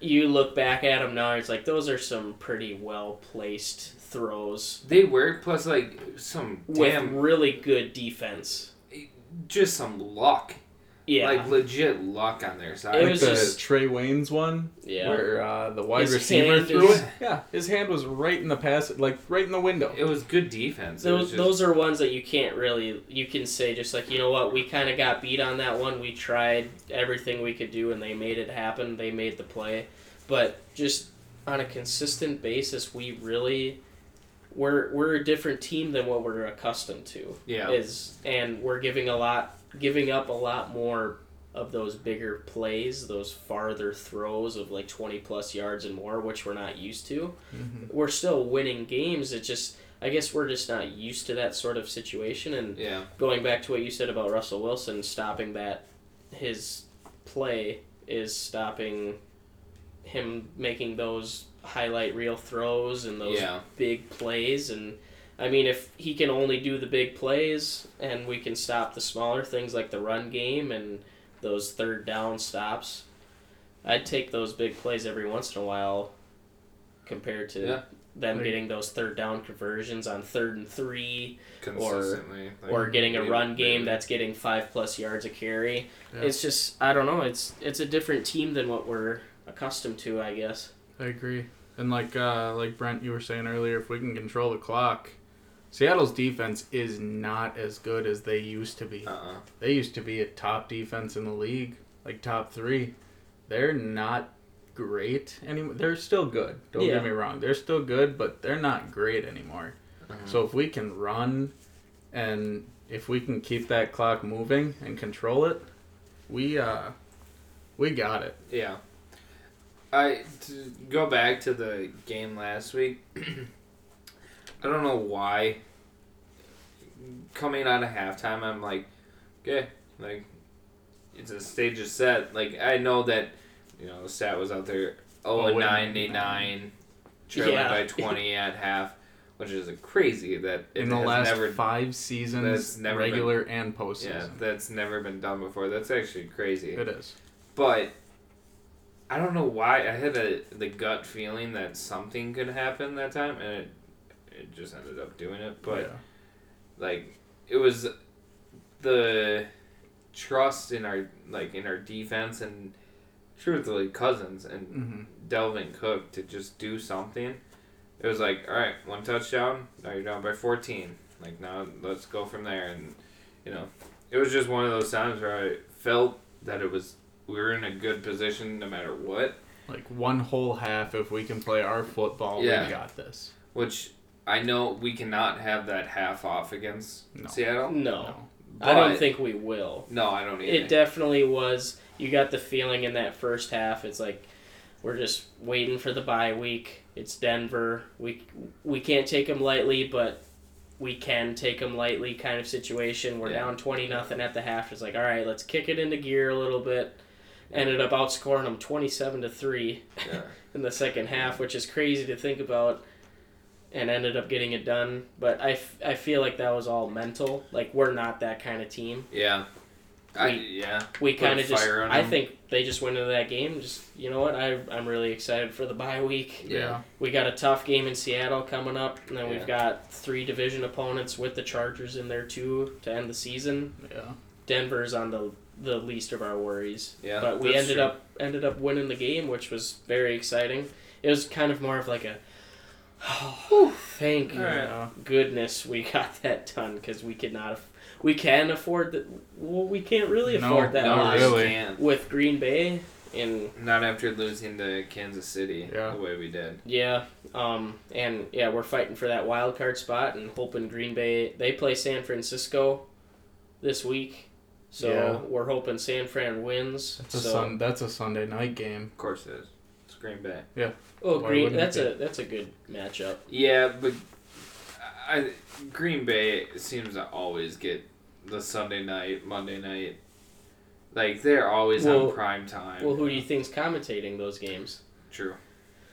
Speaker 1: you look back at them now, it's like those are some pretty well placed throws
Speaker 3: They were plus like some damn
Speaker 1: with really good defense.
Speaker 3: just some luck.
Speaker 1: Yeah,
Speaker 3: Like legit luck on their side.
Speaker 1: It
Speaker 4: like
Speaker 1: was
Speaker 4: the
Speaker 1: just-
Speaker 4: Trey Wayne's one,
Speaker 1: yeah.
Speaker 4: where uh, the wide
Speaker 1: His
Speaker 4: receiver
Speaker 1: hand
Speaker 4: threw
Speaker 1: is-
Speaker 4: it. Yeah, his hand was right in the pass, like right in the window.
Speaker 3: It was good defense. It was
Speaker 1: Those,
Speaker 3: just,
Speaker 1: those are ones that you can't really you can say just like you know what we kind of got beat on that one we tried everything we could do and they made it happen they made the play but just on a consistent basis we really we're we're a different team than what we're accustomed to
Speaker 3: yeah.
Speaker 1: is and we're giving a lot giving up a lot more of those bigger plays those farther throws of like 20 plus yards and more which we're not used to
Speaker 4: Mhm.
Speaker 1: we're still winning games. It just I guess we're just not used to that sort of situation. And
Speaker 3: yeah.
Speaker 1: going back to what you said about Russell Wilson stopping that, his play is stopping him making those highlight reel throws and those
Speaker 3: Yeah.
Speaker 1: big plays. And I mean, if he can only do the big plays and we can stop the smaller things like the run game and those third down stops, I'd take those big plays every once in a while compared to
Speaker 3: Yeah.
Speaker 1: them
Speaker 4: Like-
Speaker 1: getting those third down conversions on third and three
Speaker 3: Consistently. like,
Speaker 1: or getting a
Speaker 3: they-
Speaker 1: run game
Speaker 3: they-
Speaker 1: that's getting five plus yards a carry.
Speaker 4: Yeah.
Speaker 1: It's just I don't know. It's it's a different team than what we're accustomed to, I guess.
Speaker 4: I agree. And like uh, like Brent, you were saying earlier, if we can control the clock, Seattle's defense is not as good as they used to be.
Speaker 3: Uh-uh.
Speaker 4: They used to be a top defense in the league, like top three. They're not great anymore. They're still good. Don't
Speaker 1: Yeah.
Speaker 4: get me wrong. They're still good, but they're not great anymore.
Speaker 3: Uh-huh.
Speaker 4: So if we can run, and if we can keep that clock moving and control it, we uh, we got it.
Speaker 3: Yeah. I to go back to the game last week. I don't know why. Coming out of halftime, I'm like, okay, like it's a stage is set. Like I know that you know Stat was out there
Speaker 4: Oh,
Speaker 3: oh and
Speaker 4: wait.
Speaker 3: ninety nine, trailing
Speaker 1: Yeah.
Speaker 3: by twenty at half, which is crazy that it
Speaker 4: in the
Speaker 3: has
Speaker 4: last
Speaker 3: never
Speaker 4: five seasons,
Speaker 3: that's never been-
Speaker 4: regular and
Speaker 3: yeah
Speaker 4: postseason.
Speaker 3: that's never been done before. That's actually crazy.
Speaker 4: It is.
Speaker 3: but I don't know why I had a, the gut feeling that something could happen that time, and it it just ended up doing it. But like it was the trust in our like in our defense and truthfully Cousins and
Speaker 4: hmm
Speaker 3: Delvin Cook to just do something. It was like, all right, one touchdown. Now you're down by 14. Like now, let's go from there. And you know, it was just one of those times where I felt that it was we were in a good position no matter what.
Speaker 4: like one whole half. If we can play our football,
Speaker 3: Yeah.
Speaker 4: we got this.
Speaker 3: Which I know we cannot have that half off against
Speaker 4: No.
Speaker 1: No,
Speaker 3: Seattle.
Speaker 1: I don't
Speaker 3: but-
Speaker 1: think we will.
Speaker 3: No, I don't either.
Speaker 1: It definitely was. You got the feeling in that first half. It's like we're just waiting for the bye week. It's Denver. We we can't take them lightly, but we can take them lightly kind of situation. We're
Speaker 3: Yeah.
Speaker 1: down twenty nothing at the half. It's like all right, let's kick it into gear a little bit. Ended up outscoring them twenty seven to three.
Speaker 3: yeah.
Speaker 1: in the second half, which is crazy to think about, and ended up getting it done. But I, f- I feel like that was all mental. Like, we're not that kind of team.
Speaker 3: yeah. I,
Speaker 1: We-
Speaker 3: yeah.
Speaker 1: we
Speaker 3: Put a
Speaker 1: kind of just.
Speaker 3: fire on
Speaker 1: I
Speaker 3: them.
Speaker 1: think they just went into that game. Just you know what? I I'm really excited for the bye week.
Speaker 3: Yeah.
Speaker 1: We got a tough game in Seattle coming up, and then
Speaker 3: Yeah.
Speaker 1: we've got three division opponents with the Chargers in there too to end the season.
Speaker 4: Yeah.
Speaker 1: Denver's on the the least of our worries.
Speaker 3: Yeah,
Speaker 1: But we
Speaker 3: that's
Speaker 1: ended
Speaker 3: true.
Speaker 1: up ended up winning the game, which was very exciting. It was kind of more of like a. Oh, thank
Speaker 3: All right.
Speaker 1: goodness we got that done because we could not. Aff- we can afford that. Well, we can't really
Speaker 4: No,
Speaker 1: afford that
Speaker 3: no,
Speaker 1: loss
Speaker 3: we
Speaker 4: really.
Speaker 3: can't.
Speaker 1: with Green Bay and
Speaker 3: Not after losing to Kansas City
Speaker 4: Yeah.
Speaker 3: the way we did.
Speaker 1: yeah, um, and yeah, we're fighting for that wild card spot and hoping Green Bay they play San Francisco this week, so
Speaker 4: Yeah.
Speaker 1: we're hoping San Fran wins.
Speaker 4: That's a
Speaker 1: so
Speaker 4: sun. That's a Sunday night game.
Speaker 3: Of course it is. It's Green Bay.
Speaker 1: oh,
Speaker 4: Why
Speaker 1: Green
Speaker 4: wouldn't
Speaker 1: that's a
Speaker 4: it
Speaker 1: that's a good matchup.
Speaker 3: Yeah, but I, Green Bay seems to always get the Sunday night, Monday night. Like they're always
Speaker 1: Well-
Speaker 3: on prime time.
Speaker 1: Well, who do you think's commentating those games?
Speaker 3: true.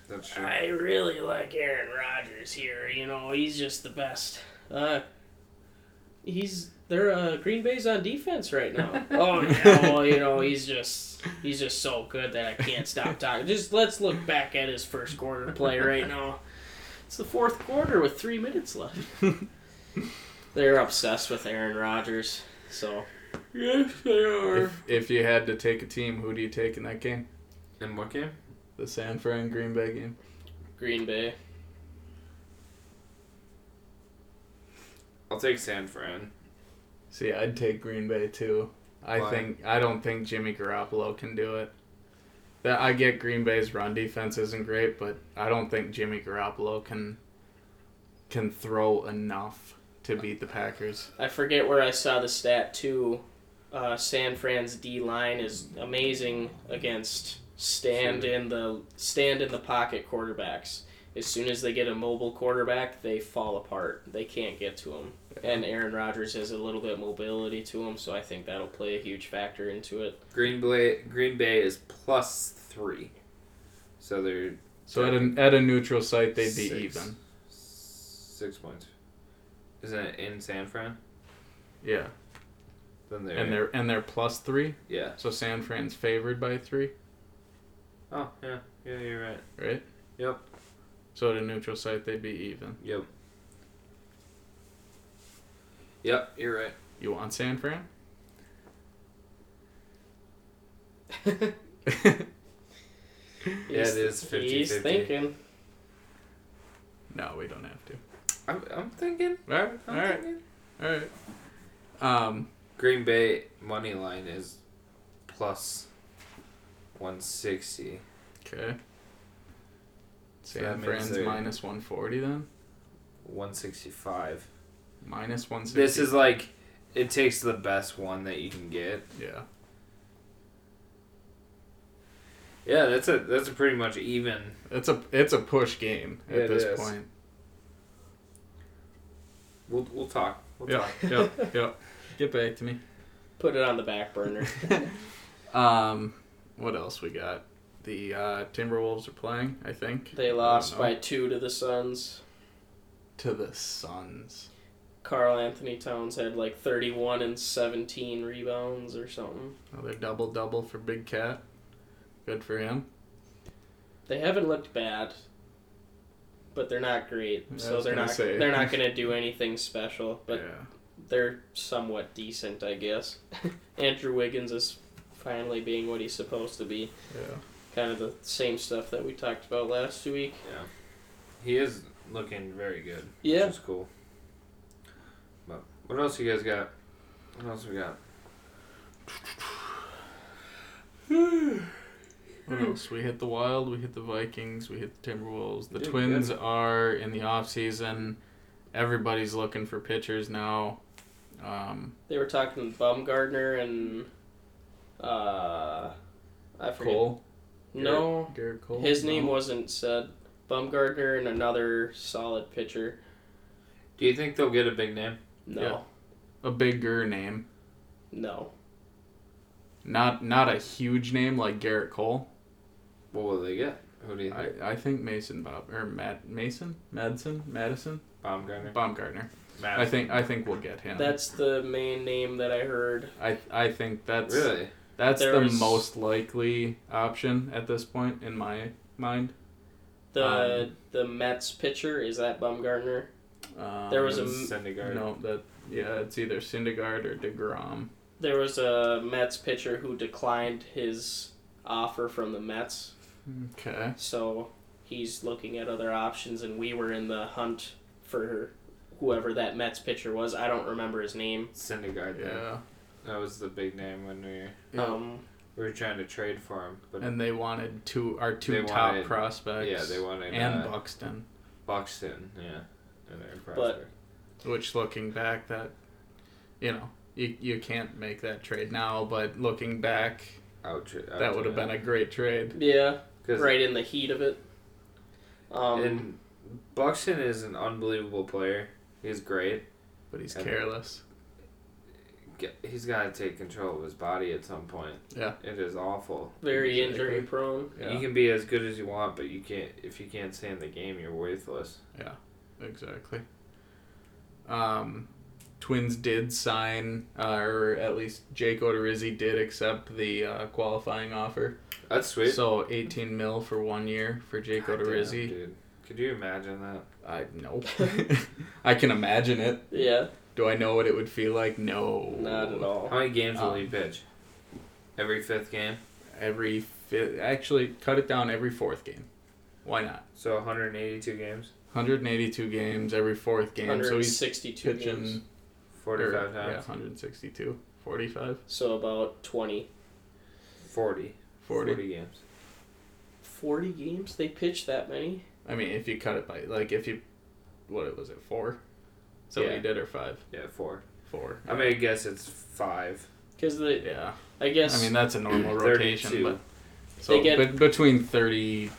Speaker 3: That's true.
Speaker 1: I really like Aaron Rodgers here. You know, he's just the best. Uh, he's they're uh, Green Bay's on defense right now. oh yeah, well you know he's just he's just so good that I can't stop talking. Just let's look back at his first quarter play right now. It's the fourth quarter with three minutes left. they're obsessed with Aaron Rodgers. So
Speaker 3: yes, they are.
Speaker 4: If, if you had to take a team, who do you take in that game?
Speaker 3: In what game?
Speaker 4: The San Fran Green Bay game.
Speaker 1: Green Bay,
Speaker 3: I'll take San Fran.
Speaker 4: See, I'd take Green Bay too. I
Speaker 3: Why?
Speaker 4: think I don't think Jimmy Garoppolo can do it. That I get Green Bay's run defense isn't great, but I don't think Jimmy Garoppolo can can throw enough to beat the Packers.
Speaker 1: I forget where I saw the stat too. Uh, San Fran's D line is amazing against stand in the stand in the pocket quarterbacks. As soon as they get a mobile quarterback, they fall apart. They can't get to him. And Aaron Rodgers has a little bit of mobility to him, so I think that'll play a huge factor into it.
Speaker 3: Green Bay. Green Bay is plus three. So they're
Speaker 4: So at a at a neutral site, they'd be
Speaker 3: six-
Speaker 4: even.
Speaker 3: Six points. Isn't it in San Fran?
Speaker 4: Yeah,
Speaker 3: Then they're
Speaker 4: and they're and they're plus three.
Speaker 3: yeah.
Speaker 4: So San Fran's favored by three,
Speaker 3: Oh yeah, yeah. You're right.
Speaker 4: right?
Speaker 3: Yep.
Speaker 4: So at a neutral site, they'd be even.
Speaker 3: Yep. Yep, you're right.
Speaker 4: You want San Fran?
Speaker 3: Yeah, it is 50-50.
Speaker 1: He's thinking.
Speaker 4: no, we don't have to.
Speaker 3: I'm, I'm thinking.
Speaker 4: All right, all
Speaker 3: I'm
Speaker 4: right,
Speaker 3: thinking.
Speaker 4: all right. Um,
Speaker 3: Green Bay money line is plus 160.
Speaker 4: okay.
Speaker 3: So that
Speaker 4: San
Speaker 3: means
Speaker 4: Fran's
Speaker 3: they're
Speaker 4: minus 140 then?
Speaker 3: 165.
Speaker 4: Minus 160.
Speaker 3: This is like it takes the best one that you can get.
Speaker 4: Yeah.
Speaker 3: Yeah, that's a that's a pretty much even.
Speaker 4: It's a it's a push game at
Speaker 3: It
Speaker 4: this
Speaker 3: is.
Speaker 4: point.
Speaker 3: We'll we'll talk. We'll
Speaker 4: Yeah,
Speaker 3: talk.
Speaker 4: yeah, yeah. Get back to me.
Speaker 1: Put it on the back burner.
Speaker 4: um, what else we got? The uh, Timberwolves are playing, I think. I
Speaker 1: They
Speaker 4: don't
Speaker 1: lost
Speaker 4: know.
Speaker 1: by two to the Suns.
Speaker 4: to the Suns.
Speaker 1: Carl Anthony Towns had like 31 and 17 rebounds or something.
Speaker 4: Another double double for Big Cat. Good for him.
Speaker 1: They haven't looked bad, but they're not great.
Speaker 4: Yeah, I
Speaker 1: so
Speaker 4: was
Speaker 1: they're
Speaker 4: gonna
Speaker 1: not
Speaker 4: say.
Speaker 1: they're not going to do anything special, but
Speaker 4: yeah.
Speaker 1: they're somewhat decent, I guess. Andrew Wiggins is finally being what he's supposed to be.
Speaker 4: Yeah.
Speaker 1: Kind of the same stuff that we talked about last week.
Speaker 3: He is looking very good.
Speaker 1: Yeah.
Speaker 3: Which is cool. But what else you guys got? What else we got?
Speaker 4: What else? We hit the Wild, we hit the Vikings, we hit the Timberwolves. The
Speaker 3: Yeah,
Speaker 4: Twins are in the off season. Everybody's looking for pitchers now. Um,
Speaker 1: They were talking Baumgartner and uh I forget.
Speaker 4: Cole.
Speaker 1: No.
Speaker 4: Garrett Cole.
Speaker 1: His name
Speaker 4: No.
Speaker 1: wasn't said. Bumgardner and another solid pitcher.
Speaker 3: Do you think they'll get a big name?
Speaker 1: No,
Speaker 4: Yeah. a bigger name,
Speaker 1: no.
Speaker 4: not not a huge name like Garrett Cole.
Speaker 3: What will they get? Who do you think?
Speaker 4: I, I think Mason Bob or Matt Mason Madison Madison
Speaker 3: Baumgartner.
Speaker 4: Baumgartner.
Speaker 3: Matt.
Speaker 4: I think I think we'll get him.
Speaker 1: That's the main name that I heard.
Speaker 4: I I think that's
Speaker 3: really
Speaker 4: that's the
Speaker 1: There's-
Speaker 4: most likely option at this point in my mind.
Speaker 1: The the Mets pitcher is that Bumgarner.
Speaker 4: Um,
Speaker 1: There was a m-
Speaker 3: Syndergaard.
Speaker 4: no that yeah it's either Syndergaard or Degrom.
Speaker 1: There was a Mets pitcher who declined his offer from the Mets,
Speaker 4: Okay.
Speaker 1: so he's looking at other options, and we were in the hunt for whoever that Mets pitcher was. I don't remember his name.
Speaker 3: Syndergaard. Yeah.
Speaker 4: Yeah.
Speaker 3: That was the big name when we
Speaker 4: Yeah.
Speaker 1: Um,
Speaker 3: we were trying to trade for him, but
Speaker 4: And they wanted two our two
Speaker 3: They
Speaker 4: top
Speaker 3: wanted-
Speaker 4: prospects.
Speaker 3: yeah, they wanted
Speaker 4: and
Speaker 3: uh,
Speaker 4: Buxton.
Speaker 3: Buxton. Yeah, and their
Speaker 1: But-
Speaker 4: Which looking back, that you know you you can't make that trade now, but looking back, that would have been a great trade.
Speaker 1: yeah,
Speaker 3: Cause,
Speaker 1: right in the heat of it. Um,
Speaker 3: and Buxton is an unbelievable player. He's great.
Speaker 4: But he's
Speaker 3: And-
Speaker 4: careless.
Speaker 3: Get- He's got to take control of his body at some point.
Speaker 4: Yeah.
Speaker 3: It is awful.
Speaker 1: very
Speaker 4: Exactly.
Speaker 1: injury prone.
Speaker 4: Yeah.
Speaker 3: You can be as good as you want, but you can't if you can't stay in the game, you're worthless.
Speaker 4: Exactly. Um, Twins did sign, uh, or at least Jake Odorizzi did accept the uh, qualifying offer.
Speaker 3: That's sweet.
Speaker 4: So 18 mil for one year for Jake
Speaker 3: God damn,
Speaker 4: Odorizzi.
Speaker 3: dude. Could you imagine that?
Speaker 4: I nope. I can imagine it.
Speaker 1: Yeah,
Speaker 4: Do I know what it would feel like? No.
Speaker 1: not at all.
Speaker 3: How many games will
Speaker 4: Um,
Speaker 3: he pitch? Every fifth game.
Speaker 4: Every fifth, actually, cut it down every fourth game. Why not?
Speaker 3: So 182 games,
Speaker 4: 182 games every fourth game. So he's
Speaker 1: 162
Speaker 4: pitching.
Speaker 1: games,
Speaker 3: 45
Speaker 4: or, Yeah,
Speaker 3: times,
Speaker 4: 162. 45.
Speaker 1: so about 20.
Speaker 3: 40,
Speaker 4: 40.
Speaker 3: 40 games.
Speaker 1: 40 games? They pitched that many?
Speaker 4: I mean, if you cut it by like if you, what was it four? So
Speaker 3: Yeah.
Speaker 4: you did or five?
Speaker 3: Yeah, four.
Speaker 4: Four.
Speaker 3: I mean, I guess it's five.
Speaker 1: Because the
Speaker 4: yeah.
Speaker 1: I guess
Speaker 4: I mean that's a normal rotation,
Speaker 3: 32.
Speaker 4: but so
Speaker 1: get-
Speaker 4: bet- between thirty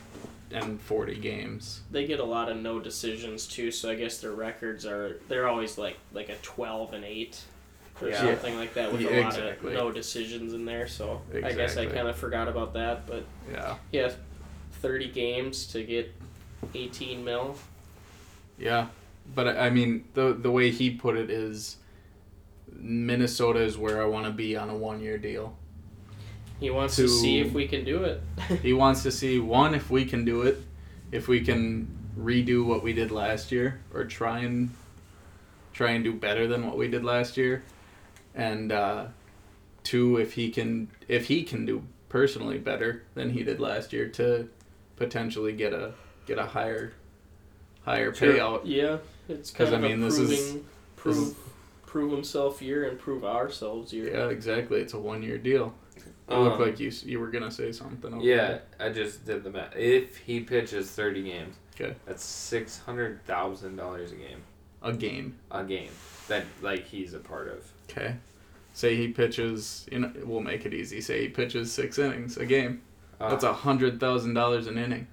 Speaker 4: and forty games.
Speaker 1: they get a lot of no decisions too, so I guess their records are they're always like like a 12 and 8 or
Speaker 3: Yeah.
Speaker 1: something like that with
Speaker 4: Yeah,
Speaker 1: a lot
Speaker 4: exactly.
Speaker 1: of no decisions in there. So I guess I
Speaker 4: Exactly.
Speaker 1: kind of forgot about that, but
Speaker 4: Yeah.
Speaker 1: yeah, 30 games to get 18 mil.
Speaker 4: Yeah. But I I mean the the way he put it is, Minnesota is where I want to be on a one year deal.
Speaker 1: He wants to,
Speaker 4: To-
Speaker 1: see if we can do it.
Speaker 4: He wants to see one if we can do it, if we can redo what we did last year or try and try and do better than what we did last year, and uh, two if he can if he can do personally better than he did last year to potentially get a get a higher higher
Speaker 1: Sure.
Speaker 4: payout.
Speaker 1: yeah, it's
Speaker 4: 'Cause,
Speaker 1: kind of
Speaker 4: I mean,
Speaker 1: a
Speaker 4: this
Speaker 1: proving
Speaker 4: is-
Speaker 1: prove
Speaker 4: is-
Speaker 1: prove himself year and prove ourselves year.
Speaker 4: Yeah, exactly. It's a one year deal. It
Speaker 3: Um,
Speaker 4: looked like you s- you were gonna say something. over
Speaker 3: Yeah, I just did the math. If he pitches 30 games,
Speaker 4: Okay.
Speaker 3: that's $600,000 a game.
Speaker 4: a game.
Speaker 3: A game that like he's a part of.
Speaker 4: Okay. Say he pitches, you know, we'll make it easy. Say he pitches six innings a game.
Speaker 3: Uh,
Speaker 4: That's a hundred thousand dollars an inning.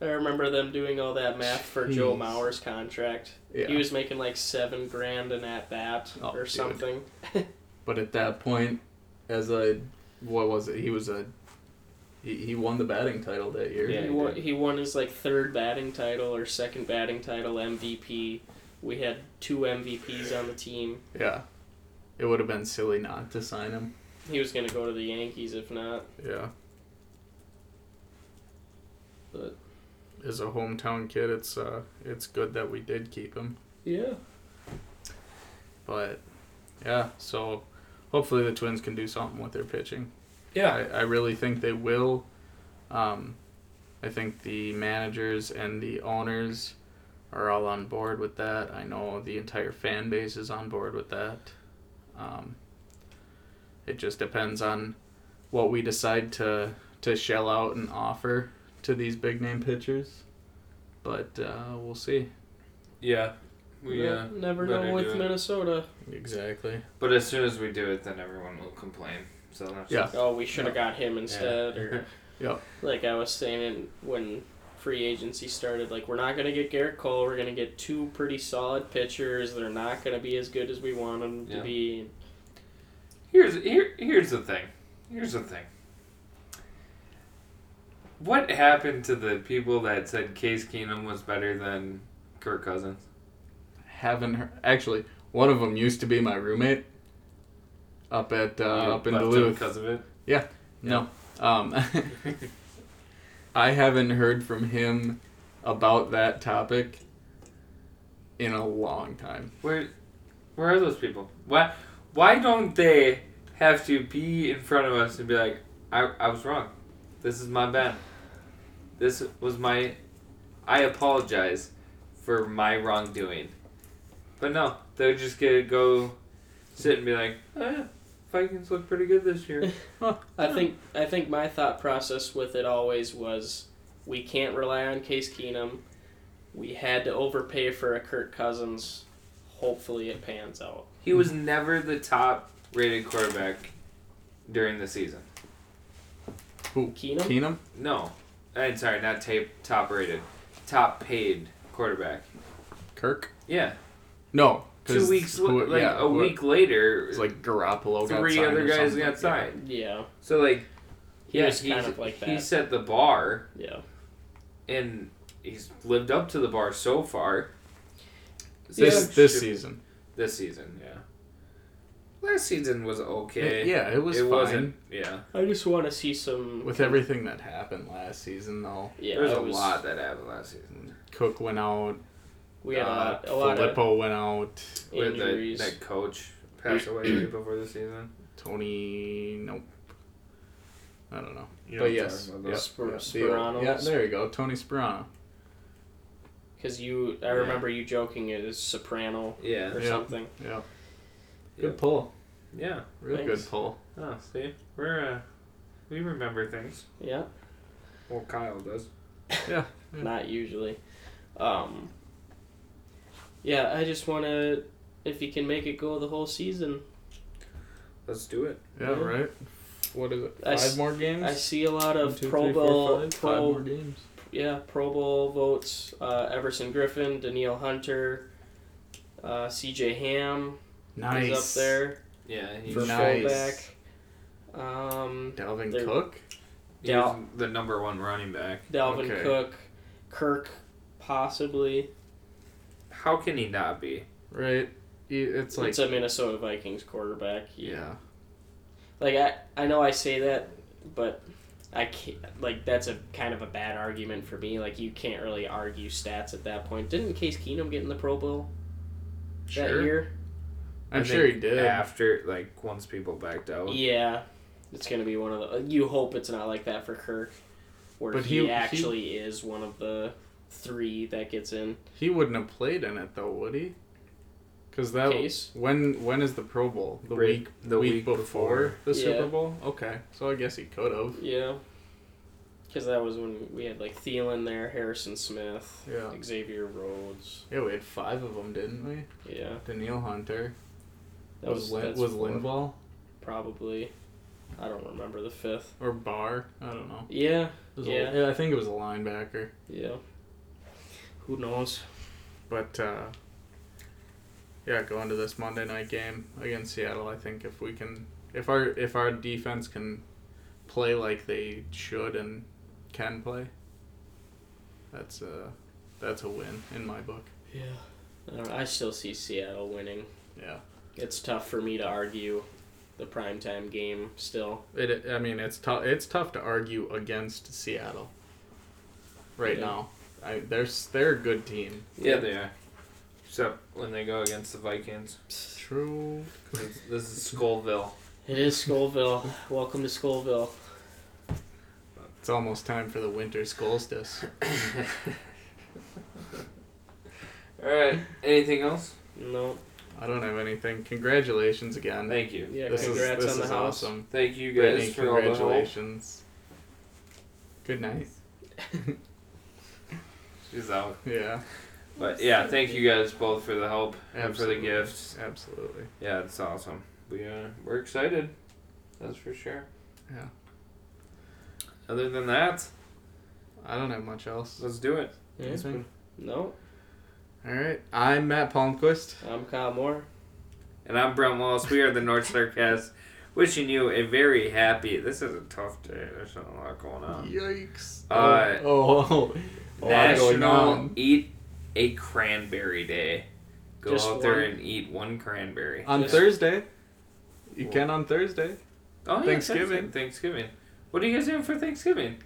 Speaker 1: I remember them doing all that math for Joe
Speaker 4: Jeez.
Speaker 1: Mauer's contract.
Speaker 4: Yeah.
Speaker 1: He was making like seven grand an at bat
Speaker 4: Oh,
Speaker 1: or
Speaker 4: dude.
Speaker 1: something.
Speaker 4: but at that point, as a what was it? He was a he, he won the batting title that year.
Speaker 3: Yeah,
Speaker 1: he,
Speaker 3: he
Speaker 1: won,
Speaker 3: did.
Speaker 1: he won his like third batting title or second batting title MVP. We had two MVPs on the team.
Speaker 4: Yeah. It would have been silly not to sign him.
Speaker 1: He was gonna go to the Yankees if not.
Speaker 4: Yeah.
Speaker 1: But-
Speaker 4: as a hometown kid, it's uh it's good that we did keep him.
Speaker 1: Yeah.
Speaker 4: But yeah, so hopefully the Twins can do something with their pitching. I, I really think they will. Um, I think the managers and the owners are all on board with that. I know the entire fan base is on board with that. Um, it just depends on what we decide to to shell out and offer to these big name pitchers. But uh, we'll see.
Speaker 3: yeah. We, uh,
Speaker 1: never
Speaker 3: better
Speaker 1: know
Speaker 3: do
Speaker 1: with
Speaker 3: it.
Speaker 1: Minnesota.
Speaker 4: Exactly.
Speaker 3: but as soon as we do it, then everyone will complain. So that's
Speaker 4: Yeah.
Speaker 1: Oh, we should have got him instead or
Speaker 4: Yep.
Speaker 1: like I was saying when free agency started, like we're not gonna get Garrett Cole, we're gonna get two pretty solid pitchers. They're not gonna be as good as we want them
Speaker 3: Yeah.
Speaker 1: to be.
Speaker 3: Here's here here's the thing. Here's the thing. What happened to the people that said Case Keenum was better than Kirk Cousins?
Speaker 4: haven't heard. Actually, one of them used to be my roommate up at uh, up in Duluth.
Speaker 3: because of it.
Speaker 4: No. Um, I haven't heard from him about that topic in a long time.
Speaker 3: Where, where are those people? Why, why don't they have to be in front of us and be like, I, I was wrong. This is my bad. This was my, I apologize for my wrongdoing. But no, they're just gonna go sit and be like, oh yeah, Vikings look pretty good this year.
Speaker 1: I think I think my thought process with it always was we can't rely on Case Keenum. We had to overpay for a Kirk Cousins. Hopefully it pans out.
Speaker 3: He was never the top rated quarterback during the season.
Speaker 1: Keenum?
Speaker 4: Keenum?
Speaker 3: No, I'm sorry, not tape, top rated, top paid quarterback.
Speaker 4: Kirk?
Speaker 3: Yeah,
Speaker 4: No. 'cause
Speaker 3: two weeks,
Speaker 4: who-
Speaker 3: like
Speaker 4: yeah,
Speaker 3: a
Speaker 4: who-
Speaker 3: week later,
Speaker 4: It's like Garoppolo got
Speaker 3: three
Speaker 4: signed
Speaker 3: other
Speaker 4: or
Speaker 3: guys
Speaker 4: something.
Speaker 3: got signed.
Speaker 1: Yeah.
Speaker 3: So like,
Speaker 1: He
Speaker 3: yeah,
Speaker 1: was
Speaker 3: he's-
Speaker 1: kind of like
Speaker 3: He
Speaker 1: that.
Speaker 3: set the bar,
Speaker 1: Yeah.
Speaker 3: and he's lived up to the bar so far. So
Speaker 4: This,
Speaker 3: it
Speaker 4: this
Speaker 3: should-
Speaker 4: season.
Speaker 3: This season, yeah. Last season was okay.
Speaker 4: Yeah, it was fine.
Speaker 3: wasn't. Yeah,
Speaker 1: I just want to see some
Speaker 4: With everything that happened last season, though,
Speaker 1: Yeah,
Speaker 3: there was
Speaker 1: it
Speaker 3: a lot that happened last season
Speaker 4: Cook went out.
Speaker 1: We had a
Speaker 4: uh,
Speaker 1: lot, a lot of
Speaker 4: Filippo went out.
Speaker 3: with that,
Speaker 1: injuries.
Speaker 3: that coach passed away right before the season.
Speaker 4: Tony, nope. I don't know.
Speaker 3: You
Speaker 4: but
Speaker 3: know what I'm
Speaker 4: yes,
Speaker 3: talking about,
Speaker 4: yep,
Speaker 3: though.
Speaker 1: Spir-
Speaker 4: yep, the-
Speaker 1: Spirano's.
Speaker 4: yeah, there you go, Tony Spirano.
Speaker 1: Because you, I
Speaker 3: Yeah.
Speaker 1: remember you joking it is Soprano
Speaker 3: Yeah,
Speaker 1: or
Speaker 4: Yeah.
Speaker 1: something.
Speaker 4: Yeah,
Speaker 3: Yep.
Speaker 4: good pull,
Speaker 3: yeah.
Speaker 4: real
Speaker 1: Thanks.
Speaker 4: good pull.
Speaker 3: Oh, see, we're uh, we remember things.
Speaker 1: Yeah,
Speaker 3: Well, Kyle does.
Speaker 4: Yeah.
Speaker 1: not usually. Um, yeah, I just want to, if you can make it go the whole season.
Speaker 3: Let's do it.
Speaker 4: Yeah,
Speaker 1: Yeah.
Speaker 4: right. What is it?
Speaker 1: I
Speaker 4: Five
Speaker 1: s-
Speaker 4: more games.
Speaker 1: I see a lot
Speaker 4: One,
Speaker 1: of
Speaker 4: two,
Speaker 1: Pro
Speaker 4: three, four,
Speaker 1: Bowl,
Speaker 4: five. Five
Speaker 1: Pro
Speaker 4: more games.
Speaker 1: yeah, Pro Bowl votes. Uh, Everson Griffin, Daniil Hunter, uh, C.J. Ham
Speaker 4: Nice.
Speaker 1: is up there
Speaker 3: Yeah, he
Speaker 1: for
Speaker 4: Nice.
Speaker 1: fullback. Um,
Speaker 4: Dalvin
Speaker 1: They're-
Speaker 4: Cook.
Speaker 3: He
Speaker 1: Dal-
Speaker 3: was the number one running back.
Speaker 1: Dalvin
Speaker 4: Okay.
Speaker 1: Cook, Kirk, possibly.
Speaker 3: How can he not be?
Speaker 4: Right. He- It's like
Speaker 1: it's a Minnesota Vikings quarterback. He-
Speaker 4: yeah.
Speaker 1: Like I, I know I say that, but I can't. Like that's a kind of a bad argument for me. Like you can't really argue stats at that point. Didn't Case Keenum get in the Pro Bowl that year?
Speaker 4: I'm
Speaker 3: I
Speaker 4: sure he
Speaker 3: think
Speaker 4: did.
Speaker 3: After, like, once people backed out.
Speaker 1: Yeah, it's gonna be one of the. You hope it's not like that for Kirk, where
Speaker 4: But
Speaker 1: he,
Speaker 4: he- he-
Speaker 1: actually is one of the three that gets in.
Speaker 4: He wouldn't have played in it though, would he? Because that
Speaker 1: Case?
Speaker 4: when when is the Pro Bowl? The
Speaker 3: Right,
Speaker 4: week
Speaker 3: the
Speaker 4: week,
Speaker 3: week
Speaker 4: before,
Speaker 3: before.
Speaker 4: the
Speaker 1: Yeah.
Speaker 4: Super Bowl. Okay, so I guess he could have.
Speaker 1: Yeah. Because that was when we had like Thielen there, Harrison Smith,
Speaker 4: Yeah.
Speaker 1: Xavier Rhodes.
Speaker 4: Yeah, we had five of them, didn't we?
Speaker 1: Yeah,
Speaker 4: Daniil Hunter
Speaker 1: that was
Speaker 4: was Lin-
Speaker 1: that's
Speaker 4: was
Speaker 1: four.
Speaker 4: Linval
Speaker 1: probably. I don't remember the fifth.
Speaker 4: or Barr. I don't know.
Speaker 1: Yeah,
Speaker 4: It was a-
Speaker 1: Yeah.
Speaker 4: I think it was a linebacker.
Speaker 1: yeah. Who knows?
Speaker 4: But uh, yeah, going to this Monday night game against Seattle, I think if we can, if our if our defense can play like they should and can play, that's a that's a win in my book.
Speaker 1: Yeah. I, don't know. I still see Seattle winning.
Speaker 4: Yeah,
Speaker 1: It's tough for me to argue the primetime game still.
Speaker 4: it. I mean, it's tough. It's tough to argue against Seattle right
Speaker 1: Yeah.
Speaker 4: now. I, they're s- they're a good team.
Speaker 3: Yeah, they are. Except when they go against the Vikings.
Speaker 4: True.
Speaker 3: This this is Skullville.
Speaker 1: It is Scoville. Welcome to Scoville.
Speaker 4: It's almost time for the winter solstice.
Speaker 3: Alright, anything else?
Speaker 1: No.
Speaker 4: I don't have anything. Congratulations again.
Speaker 3: Thank you.
Speaker 1: Yeah,
Speaker 4: This is-
Speaker 1: congrats
Speaker 4: this
Speaker 1: on the
Speaker 4: is
Speaker 1: house.
Speaker 4: awesome.
Speaker 3: Thank you guys
Speaker 4: Brittany,
Speaker 3: for all the help.
Speaker 4: congratulations. Good night.
Speaker 3: She's out.
Speaker 4: Yeah,
Speaker 3: But yeah, thank you guys both for the help and for the
Speaker 4: Absolutely.
Speaker 3: gifts.
Speaker 4: absolutely.
Speaker 3: Yeah, it's awesome. We uh, we're excited. That's for sure.
Speaker 4: Yeah.
Speaker 3: Other than that,
Speaker 4: I don't have much else.
Speaker 3: let's do it.
Speaker 1: Yeah.
Speaker 4: Anything?
Speaker 1: No.
Speaker 4: All right. I'm Matt Palmquist.
Speaker 1: I'm Kyle Moore.
Speaker 3: And I'm Brent Wallace. We are the North Star Cast. Wishing you a very happy. This is a tough day. There's not a lot going on.
Speaker 4: Yikes.
Speaker 3: Um, Uh,
Speaker 4: oh, oh, a lot going
Speaker 3: National
Speaker 4: on.
Speaker 3: Eat a Cranberry Day. Go
Speaker 1: Just
Speaker 3: out there
Speaker 1: one.
Speaker 3: and eat one cranberry.
Speaker 4: On
Speaker 1: Yes.
Speaker 4: Thursday, you can on Thursday.
Speaker 3: Oh, yeah,
Speaker 4: Thanksgiving.
Speaker 3: Thanksgiving. What are you guys doing for Thanksgiving?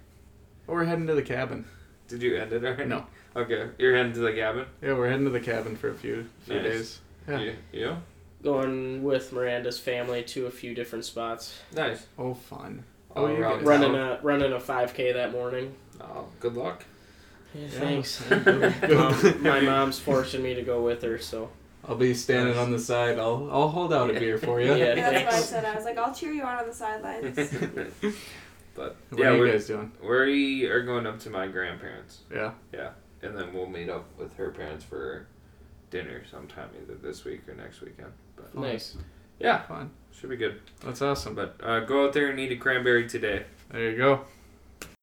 Speaker 4: We're heading to the cabin.
Speaker 3: Did you end it already?
Speaker 4: No.
Speaker 3: Okay, you're heading to the cabin.
Speaker 4: Yeah, we're heading to the cabin for a few few
Speaker 3: Nice.
Speaker 4: days. Yeah.
Speaker 3: You, you?
Speaker 1: Going with Miranda's family to a few different spots.
Speaker 3: Nice.
Speaker 4: Oh, fun.
Speaker 3: All
Speaker 4: Oh, you
Speaker 3: around
Speaker 4: guys.
Speaker 1: Running
Speaker 3: town.
Speaker 1: a running a 5K that morning.
Speaker 3: Oh, good luck.
Speaker 1: Yeah, Thanks.
Speaker 4: Good.
Speaker 1: My mom's forcing me to go with her, so
Speaker 4: I'll be standing on the side. I'll I'll hold out a beer for you.
Speaker 1: Yeah.
Speaker 5: Yeah, that's what I
Speaker 1: Thanks.
Speaker 5: said. I was like, I'll cheer you on on the sidelines.
Speaker 3: but
Speaker 4: What
Speaker 3: yeah,
Speaker 4: are you
Speaker 3: we're,
Speaker 4: guys doing?
Speaker 3: we are going up to my grandparents,
Speaker 4: Yeah.
Speaker 3: and then we'll meet up with her parents for dinner sometime either this week or next weekend. But
Speaker 1: Nice.
Speaker 3: yeah,
Speaker 4: Fun.
Speaker 3: should be good.
Speaker 4: That's awesome.
Speaker 3: But uh, go out there and eat a cranberry today.
Speaker 4: There you go.